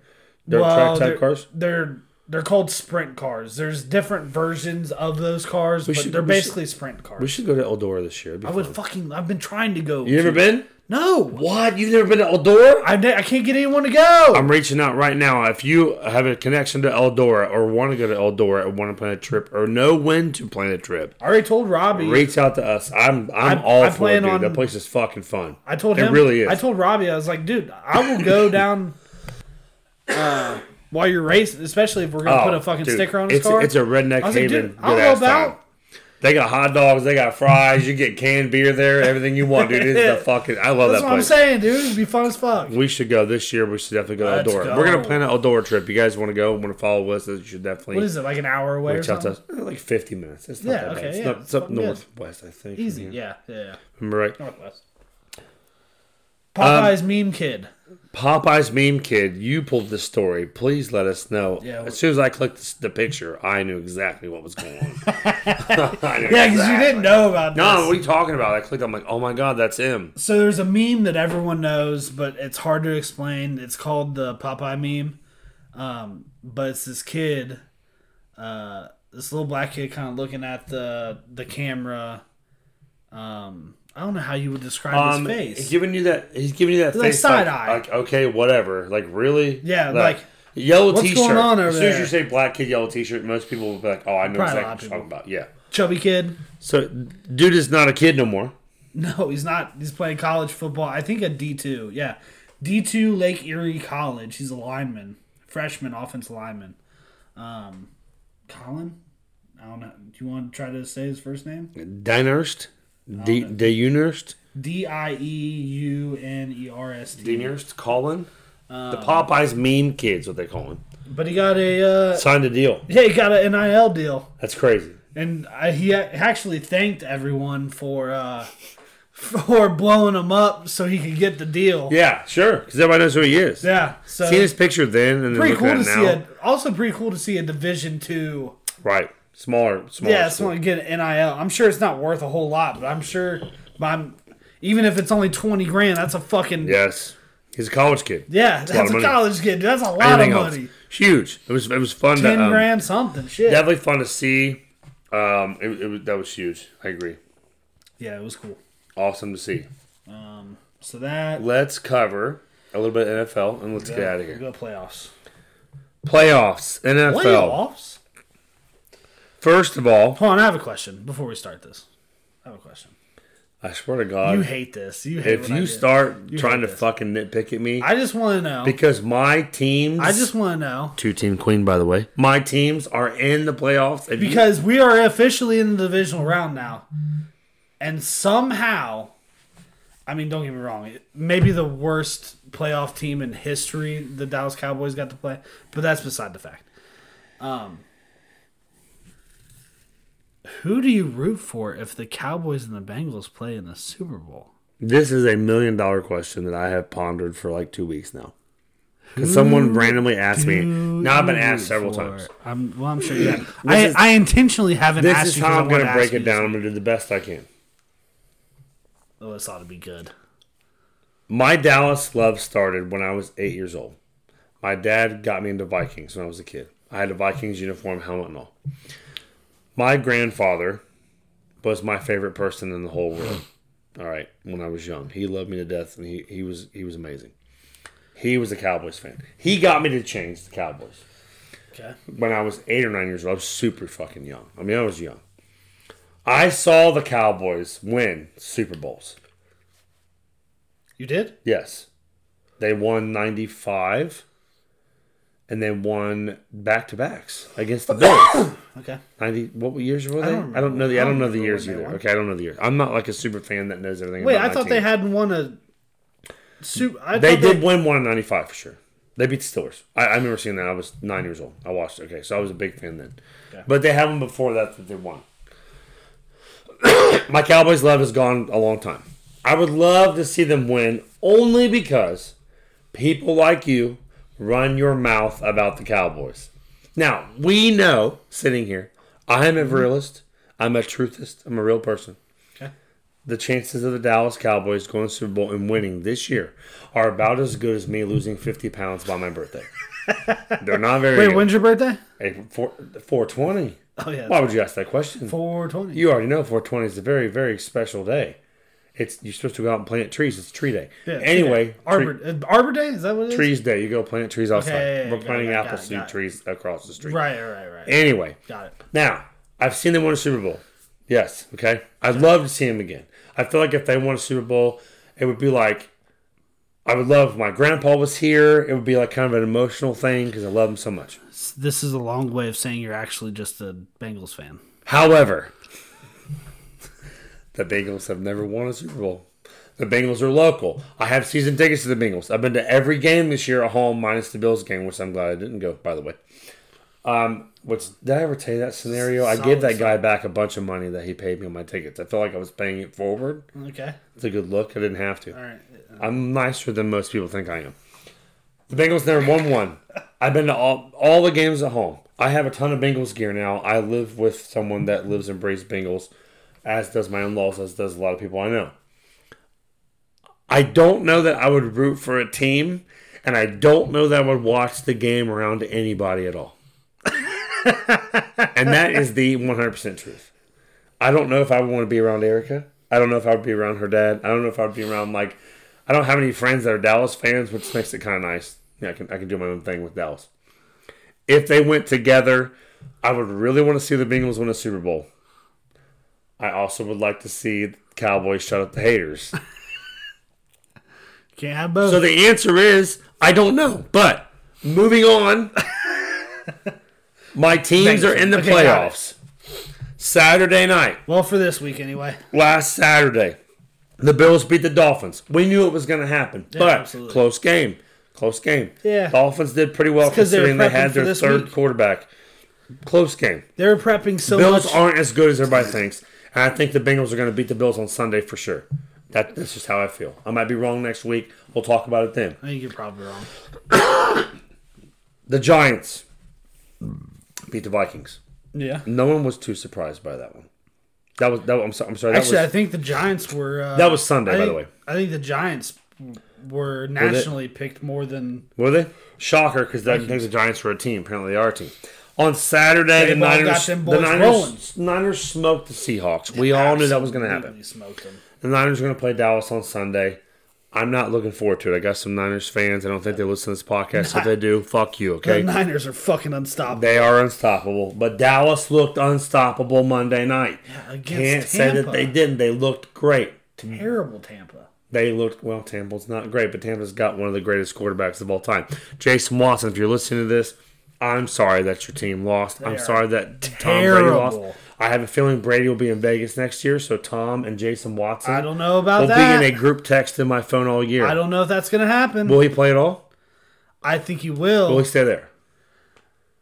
Dirt track
they're,
type cars.
They're they're called sprint cars. There's different versions of those cars, but
should-
they're
we should-
basically sprint cars.
We should go to Eldora this year. It'd be
I would
fun.
fucking. I've been trying to go.
You never been?
No,
What? You've never been to Eldora?
I, ne- I can't get anyone to go.
I'm reaching out right now. If you have a connection to Eldora or want to go to Eldora or want to plan a trip or know when to plan a trip,
I already told Robbie.
reach out to us. I'm I'm
I-
all
I
for it,
plan
dude.
on-
that place is fucking fun.
I told
it
him.
really is.
I told Robbie. I was like, dude, I will go down. uh, while you're racing, especially if we're gonna
Oh,
put a fucking
dude,
sticker on his
it's,
car.
It's a redneck
I was like,
haven.
dude, I'll
good
help
ass time.
out.
They got hot dogs. They got fries. You get canned beer there. Everything you want, dude. It's the fucking. I love
That's
that
what I'm
place.
saying, dude. It'd be fun as fuck.
We should go this year. We should definitely go to
Let's
Eldora.
go.
We're gonna plan an Eldora trip. You guys want to go? Want to follow us? You should definitely.
What is it? Like an hour away or
reach out to
something?
us. Eh, Like fifty minutes. It's not
Yeah,
that
okay,
bad. It's,
yeah,
not,
it's
it's up
fucking good.
northwest, I think.
Easy.
Yeah.
Yeah. Yeah. yeah.
Remember right.
Northwest.
Um,
Popeye's meme kid.
Popeye's meme kid, you pulled this story. Please let us know.
Yeah, we-
as soon as I clicked this, the picture, I knew exactly what was going on. I knew
Yeah, because
exactly.
you didn't know about this.
No, what are you talking about? I clicked. I'm like, oh my god, that's him.
So there's a meme that everyone knows, but it's hard to explain. It's called the Popeye meme. Um, but it's this kid, uh, this little black kid, kind of looking at the the camera. Um, I don't know how you would describe
Um,
his face.
he's giving you that. He's giving you that
Like
face
side
like,
eye.
Like okay, whatever. Like really?
Yeah, like,
yellow
what's going
t-shirt.
on over
as soon as
there?
you say black kid yellow t-shirt, most people will be like, oh, I know
Probably a
exactly
lot
what
of
you're talking about. Yeah.
Chubby kid.
So dude is not a kid no more.
No, he's not. He's playing college football. I think at D two. Yeah, D two Lake Erie College. He's a lineman, freshman, offensive lineman. Um, Colin. I don't know. Do you want to try to say his first name?
Dinurst. D. Deunurst.
D I E U N E R S T.
Deunurst. Colin.
Uh,
the Popeyes meme kid's what they call him.
But he got a uh,
Signed a deal.
yeah, he got an NIL deal,
That's crazy.
and I, he a- actually thanked everyone for uh, for blowing him up so he could get the deal.
Yeah, sure. Because everybody knows who he is.
Yeah, so
Seeing his picture then and then
pretty
looking
cool
at
to
it
see.
now.
A, also, pretty cool to see a Division two.
Right. Smaller. Smaller.
Yeah, it's
school.
going to get an NIL. I'm sure it's not worth a whole lot, but I'm sure I'm even if it's only twenty grand, that's a fucking yeah.
Yes. He's a college kid.
that's,
lot of
a
money.
college kid. Dude. That's a lot
Anything
of
else?
money.
Huge. It was. It was fun.
Ten
to, um,
grand something. Shit.
Definitely fun to see. Um, it, it was, that was huge. I agree.
yeah, it was cool.
Awesome to see.
So that
Let's cover a little bit of NFL and let's get out of
we
here.
go playoffs.
Playoffs. NFL.
Playoffs.
First of all,
Hold on, I have a question before we start this. I have a question.
I swear to
You
God,
hate this. You hate
Uh, if
what I
you
did.
start trying to
hate this.
fucking nitpick at me,
I just want to know.
because my teams,
I just want to know
two team queen, by the way, my teams are in the playoffs. If you-
because we are officially in the divisional round now, and somehow, I mean, don't get me wrong, it- maybe the worst playoff team in history, the Dallas Cowboys got to play, but that's beside the fact. Um, who do you root for if the Cowboys and the Bengals play in the Super Bowl?
this is a million dollar question that I have pondered for like two weeks now. Because someone randomly asked me. Now I've been asked several
Or-
times.
I'm well. I'm sure. Yeah, I,
is-
I intentionally haven't
This
asked
is
you 'cause
how
I
I'm
wanted
going to
to
break
ask you
it down. I'm going to do the best I can.
this. Oh, this ought to be good.
My Dallas love started when I was eight years old. My dad got me into Vikings when I was a kid. I had a Vikings uniform, helmet, and all. My grandfather was my favorite person in the whole world. All right, when I was young, he loved me to death, and he, he was he was amazing. He was a Cowboys fan. He got me to change the Cowboys
Okay.
when I was eight or nine years old. I was super fucking young. I mean, I was young. I saw the Cowboys win Super Bowls.
You did?
Yes. They won 95 and they won back to backs against the Bills.
Okay.
90 what years were they? I don't,
don't
know the I don't,
remember.
know the years
when they
either.
won.
Okay, I don't know the years. I'm not like a super fan that knows everything
Wait,
about
I
my
thought
team.
they hadn't won a super. I
They
thought
did win one in 95 for sure. They beat the Steelers. I, I remember seeing that. I was nine years old. I watched it. Okay, so I was a big fan then. But they had one before that that they won. My Cowboys love has gone a long time. I would love to see them win only because people like you run your mouth about the Cowboys. Now, we know sitting here, I am a realist. I'm a truthist. I'm a real person the chances of the Dallas Cowboys going to the Super Bowl and winning this year are about as good as me losing 50 pounds by my birthday. They're not very
Wait,
good.
when's your birthday?
April four- 420.
Oh yeah,
Why would you ask that question?
four twenty.
You already know 420 is a very, very special day. It's You're supposed to go out and plant trees. It's tree day. anyway, tree,
Arbor uh, Arbor Day is that what it is?
trees day. You go plant trees outside.
yeah, yeah,
We're
got it,
planting
got it,
apple
got it,
seed
got it.
trees across the street.
Right, right, right. right.
Anyway,
Got it.
now, I've seen them win a Super Bowl. Yes. Okay. I'd love to see them again. I feel like if they won a Super Bowl, it would be like, I would love if my grandpa was here. It would be like kind of an emotional thing because I love him so much.
This is a long way of saying you're actually just a Bengals fan.
However, The Bengals have never won a Super Bowl. The Bengals are local. I have season tickets to the Bengals. I've been to every game this year at home, minus the Bills game, which I'm glad I didn't go. By the way, um, what's did I ever tell you that scenario? I gave
Solid
that guy back a bunch of money that he paid me on my tickets. I felt like I was paying it forward.
Okay.
It's a good look. I didn't have to.
All right.
I'm nicer than most people think I am. The Bengals never won one. I've been to all all the games at home. I have a ton of Bengals gear now. I live with someone that lives and breeds Bengals, as does my in-laws, as does a lot of people I know. I don't know that I would root for a team, and I don't know that I would watch the game around to anybody at all. and that is the 100% truth. I don't know if I would want to be around Erica. I don't know if I would be around her dad. I don't know if I would be around like I don't have any friends that are Dallas fans, which makes it kind of nice. Yeah, I can I can do my own thing with Dallas. If they went together, I would really want to see the Bengals win a Super Bowl. I also would like to see the Cowboys shut up the haters.
Can't have both.
So the answer is I don't know. But moving on, my teams are in the
Okay, got it.
playoffs. Saturday night,
well, for this week anyway.
last Saturday, the Bills beat the Dolphins. We knew it was going to happen, but
absolutely.
close game, close game.
Yeah.
Dolphins did pretty well
'cause they were
considering they,
prepping
had
for
their
this
third
week.
quarterback. Close game.
They were prepping so
Bills
much.
aren't as good as everybody thinks, and I think the Bengals are going to beat the Bills on Sunday for sure. That, that's just how I feel. I might be wrong next week. We'll talk about it then.
I think you're probably wrong.
The Giants beat the Vikings.
Yeah.
No one was too surprised by that one. That was that. Was, I'm, so, I'm sorry. That
Actually, I
was
think the Giants were. Uh,
That was Sunday,
I
by
think-
the way.
I think the Giants were nationally picked more than
were they shocker because I didn't think the Giants were a team. Apparently, they are a team. On Saturday,
They
the
well got
Niners, the
them boys rolling.
Niners, Niners smoked the Seahawks. We all knew that was going to happen.
absolutely Smoked them.
The Niners are going to play Dallas on Sunday. I'm not looking forward to it. I got some Niners fans. I don't think they listen to this podcast. If they do, fuck you.
The
Okay,
Niners are fucking unstoppable.
They are unstoppable, but Dallas looked unstoppable Monday night.
against
Can't say that
Tampa.
they didn't. They looked great.
Terrible Tampa.
They looked well. Tampa's not great, but Tampa's got one of the greatest quarterbacks of all time, Jason Watson. If you're listening to this, I'm sorry that your team lost. I'm
are
sorry that Tom Brady lost.
terrible.
I have a feeling Brady will be in Vegas next year, so Tom and Jason Watson
I don't know about
will
that.
be in a group text in my phone all year.
I don't know if that's going to happen.
will he play at all?
I think he will.
Will he stay there?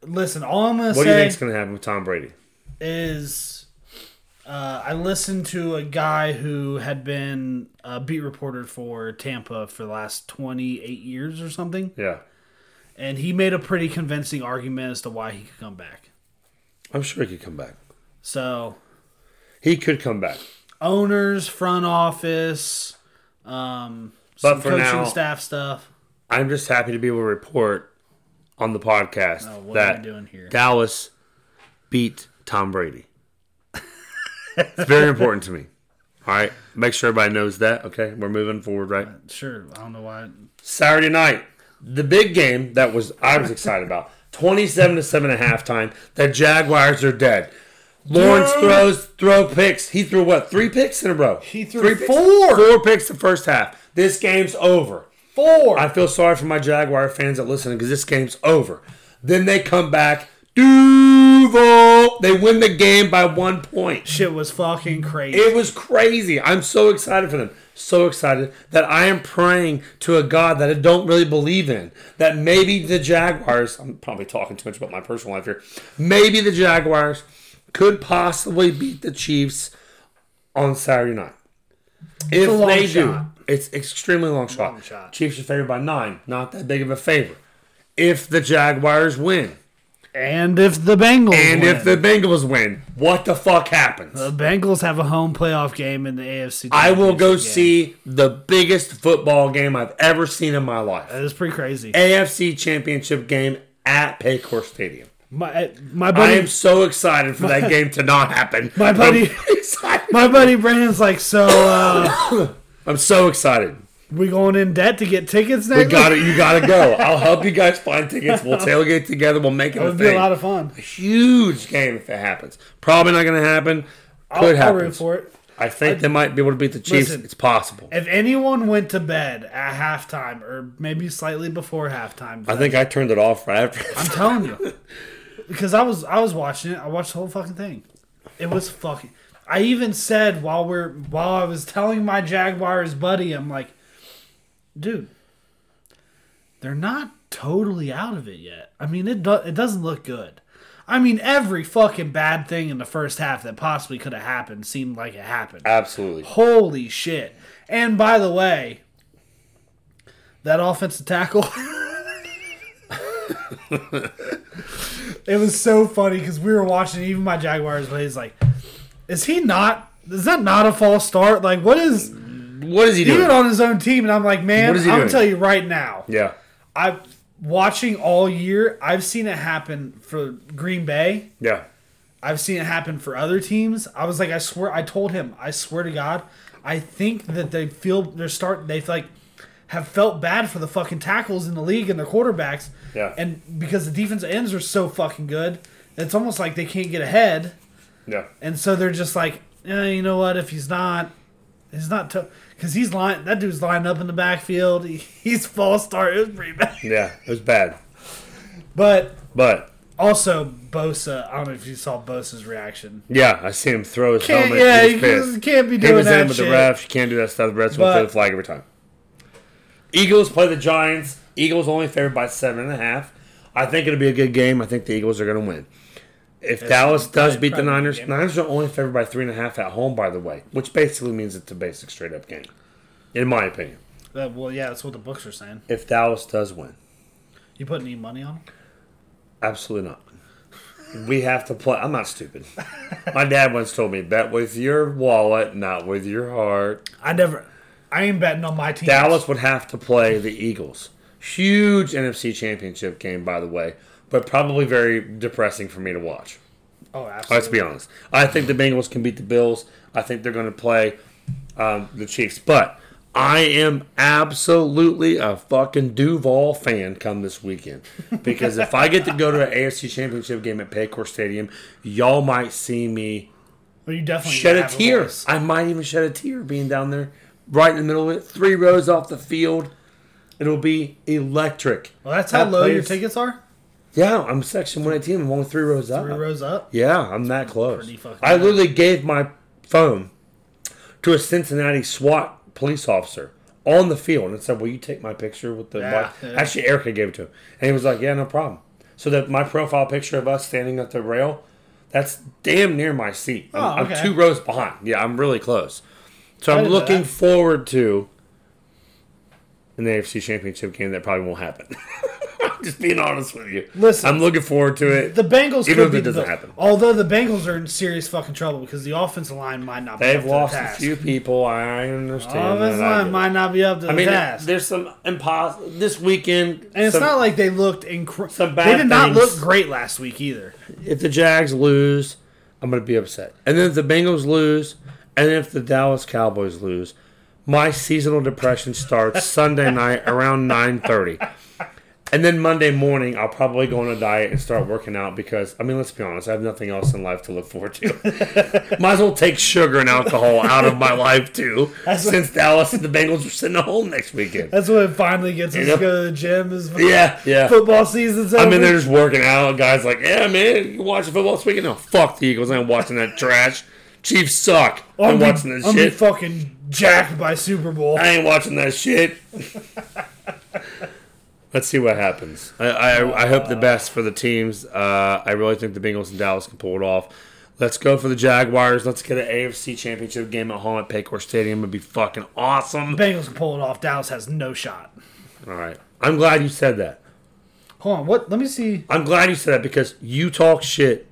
Listen, all I'm going to
What do you
say
think's going to happen with Tom Brady?
is uh, I listened to a guy who had been a beat reporter for Tampa for the last 28 years or something,
Yeah,
and he made a pretty convincing argument as to why he could come back.
I'm sure he could come back.
So,
He could come back.
owners, front office, um,
But
some
for
coaching
now-
staff stuff.
I'm just happy to be able to report on the podcast
Oh, what am I
that
doing here?
Dallas beat Tom Brady. it's very important to me. All right. Make sure everybody knows that. Okay. We're moving forward, right?
Sure, I don't know why.
Saturday night, the big game that was I was excited about. 27 to 7 at halftime. The Jaguars are dead. Lawrence throws throw picks. He threw what? Three picks in a row.
He threw
Three picks?
four.
Four picks the first half. This game's over.
Four.
I feel sorry for my Jaguar fans that listen because this game's over. Then they come back. Duval. They win the game by one point.
Shit was fucking crazy.
It was crazy. I'm so excited for them. So excited that I am praying to a God that I don't really believe in. That maybe the Jaguars, I'm probably talking too much about my personal life here, maybe the Jaguars could possibly beat the Chiefs on Saturday night. If
a long
they
shot.
do, it's extremely long shot.
Long shot.
Chiefs are favored by nine. Not that big of a favor. If the Jaguars win,
and if the Bengals
and
win,
if the Bengals win, what the fuck happens?
the Bengals have a home playoff game in the AFC,
I will go see
Championship game.
the biggest football game I've ever seen in my life.
That is pretty crazy.
AFC Championship game at Paycor Stadium.
My eh, my
I
buddy,
am so excited for that game to not happen.
My buddy-
I'm excited.
my buddy Brandon's like, so uh,
I'm so excited.
we going in debt to get tickets next.
We got it. You got to go. I'll help you guys find tickets. We'll tailgate together. We'll make it
It
a
would be a
thing.
lot of fun.
Huge game if it happens. Probably not going to happen.
I'll,
Could
I'll
happen.
root for it.
I think they might be able to beat the Chiefs.
Listen.
it's possible.
If anyone went to bed at halftime or maybe slightly before halftime,
I think I turned it off right after.
I'm telling you, because I was I was watching it. I watched the whole fucking thing. It was fucking. I even said while we're while I was telling my Jaguars buddy, I'm like, dude, they're not totally out of it yet. I mean, it do, it doesn't look good. I mean, every fucking bad thing in the first half that possibly could have happened seemed like it happened.
Absolutely.
Holy shit! And by the way, that offensive tackle. it was so funny because we were watching even my Jaguars, but he's like, "Is he not? Is that not a false start? Like, what is
What is he doing?
even on his own team?" And I'm like, "Man,
What is
I'm
he
gonna
doing?
tell you right now,
yeah.
I've watching all year. I've seen it happen for Green Bay.
Yeah.
I've seen it happen for other teams. I was like, I swear, I told him, I swear to God, I think that they feel they're starting, they like have felt bad for the fucking tackles in the league and their quarterbacks.
Yeah.
And because the defensive ends are so fucking good, it's almost like they can't get ahead.
Yeah.
And so they're just like, eh, you know what? If he's not, he's not, because he's lying, that dude's lined up in the backfield. He, he's false start. It was pretty bad.
Yeah. It was bad.
But
But
also, Bosa, I don't know if you saw Bosa's reaction.
yeah, I see him throw his
Can't,
helmet.
yeah,
he
you
was pissed.
can't, can't be
He
doing
was
that
in with
shit.
the refs. You can't do that stuff. The refs will
But-
throw the flag every time. Eagles play the Giants. Eagles only favored by seven and a half. I think it'll be a good game. I think the Eagles are going to win. If Dallas does
probably-
beat the
probably a good
Niners,
game.
Niners are only favored by three and a half at home, by the way, which basically means it's a basic straight up game, in my opinion.
Uh, well, yeah, that's what the books are saying.
If Dallas does win,
You put any money on? it?
absolutely not. We have to play. I'm not stupid. My dad once told me, bet with your wallet, not with your heart.
I never. I ain't betting on my team.
Dallas would have to play the Eagles. Huge NFC Championship game, by the way, but probably very depressing for me to watch.
Oh,
Let's
absolutely.
be honest. I think the Bengals can beat the Bills. I think they're going to play um, the Chiefs. But I am absolutely a fucking Duval fan come this weekend because if I get to go to an AFC Championship game at Paycor Stadium, y'all might see me
Well, you definitely
shed a
have
tear.
voice.
I might even shed a tear being down there, right in the middle of it, three rows off the field. It'll be electric.
Well, that's how
That
low your
place-
tickets are.
Yeah, I'm section 118. I'm only three rows up.
Three rows up.
Yeah, I'm that close.
pretty fucking
I
bad.
literally gave my phone to a Cincinnati SWAT police officer on the field and said, "Will you take my picture with the?"
Yeah,
bike?"
yeah.
Actually, Erica gave it to him, and he was like, "Yeah, no problem." So that my profile picture of us standing at the rail, that's damn near my seat. I'm,
Oh,
I'm
okay.
two rows behind. Yeah, I'm really close. So I'm
didn't know
looking
that.
forward to an AFC Championship game that probably won't happen. Just being honest with you.
Listen.
I'm looking forward to it.
The Bengals
Even
could
if
be
it doesn't
the,
happen.
Although the Bengals are in serious fucking trouble because the offensive line might not. be up
They've
to
lost
the
a
task.
few people. I understand.
Offensive
that. I
line
get
might
it.
not be up to
I
the
mean,
task.
there's some impossible. This weekend,
And it's
some-
not like they looked incredible.
some
They
bad
did not
things.
look great last week either.
if the Jags lose, I'm going to be upset. And then if the Bengals lose, and if the Dallas Cowboys lose, my seasonal depression starts Sunday night around 9:30. And then Monday morning, I'll probably go on a diet and start working out because, I mean, let's be honest, I have nothing else in life to look forward to. Might as well take sugar and alcohol out of my life, too, since Dallas and the Bengals are sitting home next weekend.
That's when it finally gets us
Yep.
to go to the gym. Is
Yeah, yeah.
Football season's over.
I'm in there just working out. Guys, like, yeah, man, you watching football this weekend? No, fuck the Eagles. I'm watching that trash. Chiefs suck. I'm,
be-
watching that
I'm be
shit.
fucking jacked by Super Bowl.
I ain't watching that shit. Let's see what happens. I, I, I hope the best for the teams. Uh, I really think the Bengals and Dallas can pull it off. Let's go for the Jaguars. Let's get an AFC Championship game at home at Paycor Stadium. It'd be fucking awesome.
Bengals can pull it off. Dallas has no shot.
All right. I'm glad you said that.
Hold on. What? Let me see.
I'm glad you said that because you talk shit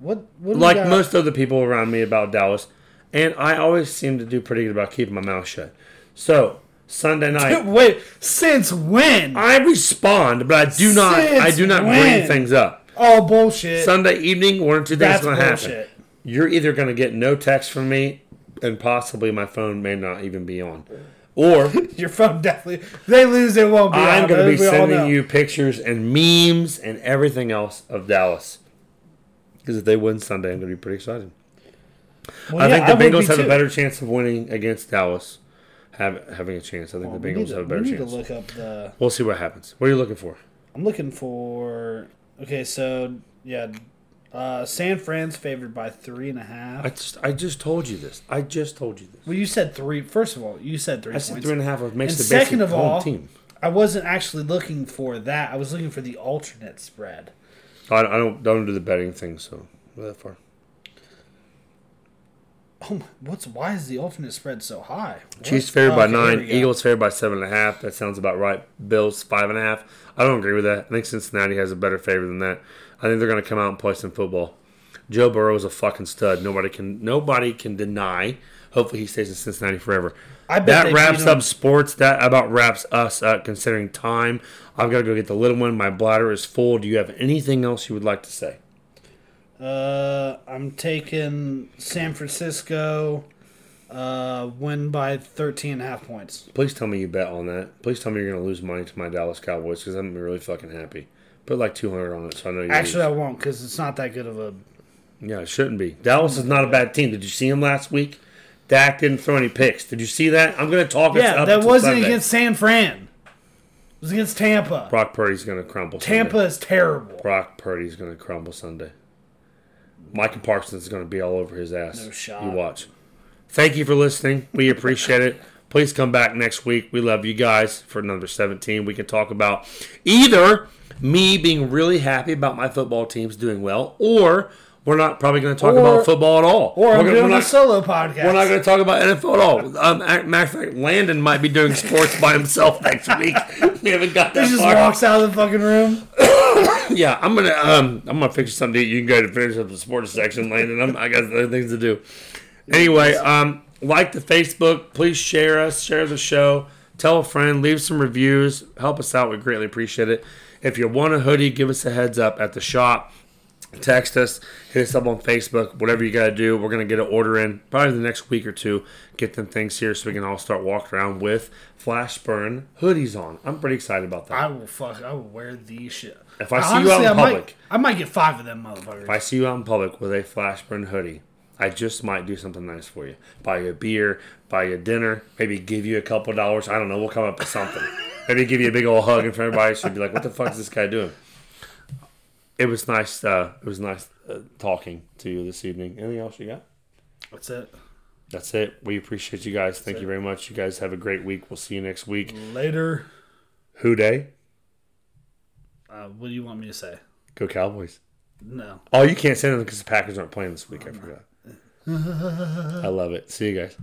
What? What? do we
like
got?
most of the people around me about Dallas, and I always seem to do pretty good about keeping my mouth shut. So Sunday night,
Wait. Since when?
I respond, but I do not. I do not
Since when?
bring things up.
oh bullshit.
Sunday evening, one or two things
That's
going to happen.
bullshit.
You're either going to get no text from me, and possibly my phone may not even be on, or
Your phone definitely. They lose. It won't be.
I'm
on,
going to
but
be
we all know.
sending you pictures and memes and everything else of Dallas. Because if they win Sunday, I'm going to be pretty excited.
Well,
I think
yeah,
the
would be
Bengals have
too.
a better chance of winning against Dallas. Have, having a chance. I think the
Oh, We
Bengals
need to-
have a
we
better
need to
chance.
look up the.
We'll see what happens. What are you looking for?
I'm looking for. Okay, so yeah, uh, Uh, San Fran's favored by three and a half.
I just, I just told you this. I just told you this.
well, you said three. First of all, you said three
I
points.
said three and a half of makes
And
the
second
second
of all,
team.
I wasn't actually looking for that. I was looking for the alternate spread.
I, I don't, don't do the betting thing, so we're that far.
Oh my! What's why is the alternate spread so high? What?
Chiefs favored by
Okay, here
nine.
we go.
Eagles favored by seven and a half. That sounds about right. Bills five and a half. I don't agree with that. I think Cincinnati has a better favor than that. I think they're going to come out and play some football. Joe Burrow is a fucking stud. Nobody can nobody can deny. Hopefully, he stays in Cincinnati forever.
I bet they
that wraps
beat 'em.
up sports. That about wraps us up. Considering time, I've got to go get the little one. My bladder is full. Do you have anything else you would like to say?
Uh, I'm taking San Francisco. Uh, win by 13 and a half points.
Please tell me you bet on that. Please tell me you're going to lose money to my Dallas Cowboys because I'm really fucking happy. Put like 200 on it, so I know you.
Actually, I won't because it's not that good of a.
Yeah, it shouldn't be. Dallas is not a bad team. Did you see him last week? Dak didn't throw any picks. Did you see that? I'm going to talk. us
Yeah,
up
that
until
wasn't
Sunday.
against San Fran. It was against Tampa.
Brock Purdy's going to crumble.
Tampa
Sunday.
is terrible.
Brock Purdy's going to crumble Sunday. Micah Parsons is going to be all over his ass.
No shot.
You watch. Thank you for listening. We appreciate it. Please come back next week. We love you guys for number 17. We can talk about either me being really happy about my football teams doing well, or we're not probably going to talk
Or-
about football at all.
Or
we're
I'm
gonna-
doing
we're
a
not-
solo podcast.
We're not going to talk about NFL at all. Um, a- matter of fact, Landon might be doing sports by himself next week. We haven't got that
he just
far.
walks out of the fucking room.
Yeah, I'm gonna um, I'm gonna fix you something. to eat. You can go to finish up the sports section, Landon. I'm, I got other things to do. Anyway, um, like the Facebook. Please share us. Share the show. Tell a friend. Leave some reviews. Help us out. We greatly appreciate it. If you want a hoodie, give us a heads up at the shop. Text us. Hit us up on Facebook. Whatever you gotta do, we're gonna get an order in probably the next week or two. Get them things here so we can all start walking around with flash burn hoodies on. I'm pretty excited about that.
I will fuck. I will wear these shit.
If I see you out in
I might-
public-
I might get five of them motherfuckers.
If I see you out in public with a Flashburn hoodie, I just might do something nice for you. Buy you a beer, buy you a dinner, maybe give you a couple dollars. I don't know. We'll come up with something. maybe give you a big old hug in front of everybody. So you'd be like, "What the fuck is this guy doing?" It was nice. Uh, it was nice uh, talking to you this evening. Anything else you got?
That's it.
That's it. We appreciate you guys. Thank you very much. You guys have a great week. We'll see you next week.
Later.
Who day?
Uh, what do you want me to say?
Go Cowboys.
No.
Oh, you can't send them because the Packers aren't playing this week. I forgot. I love it. See you guys.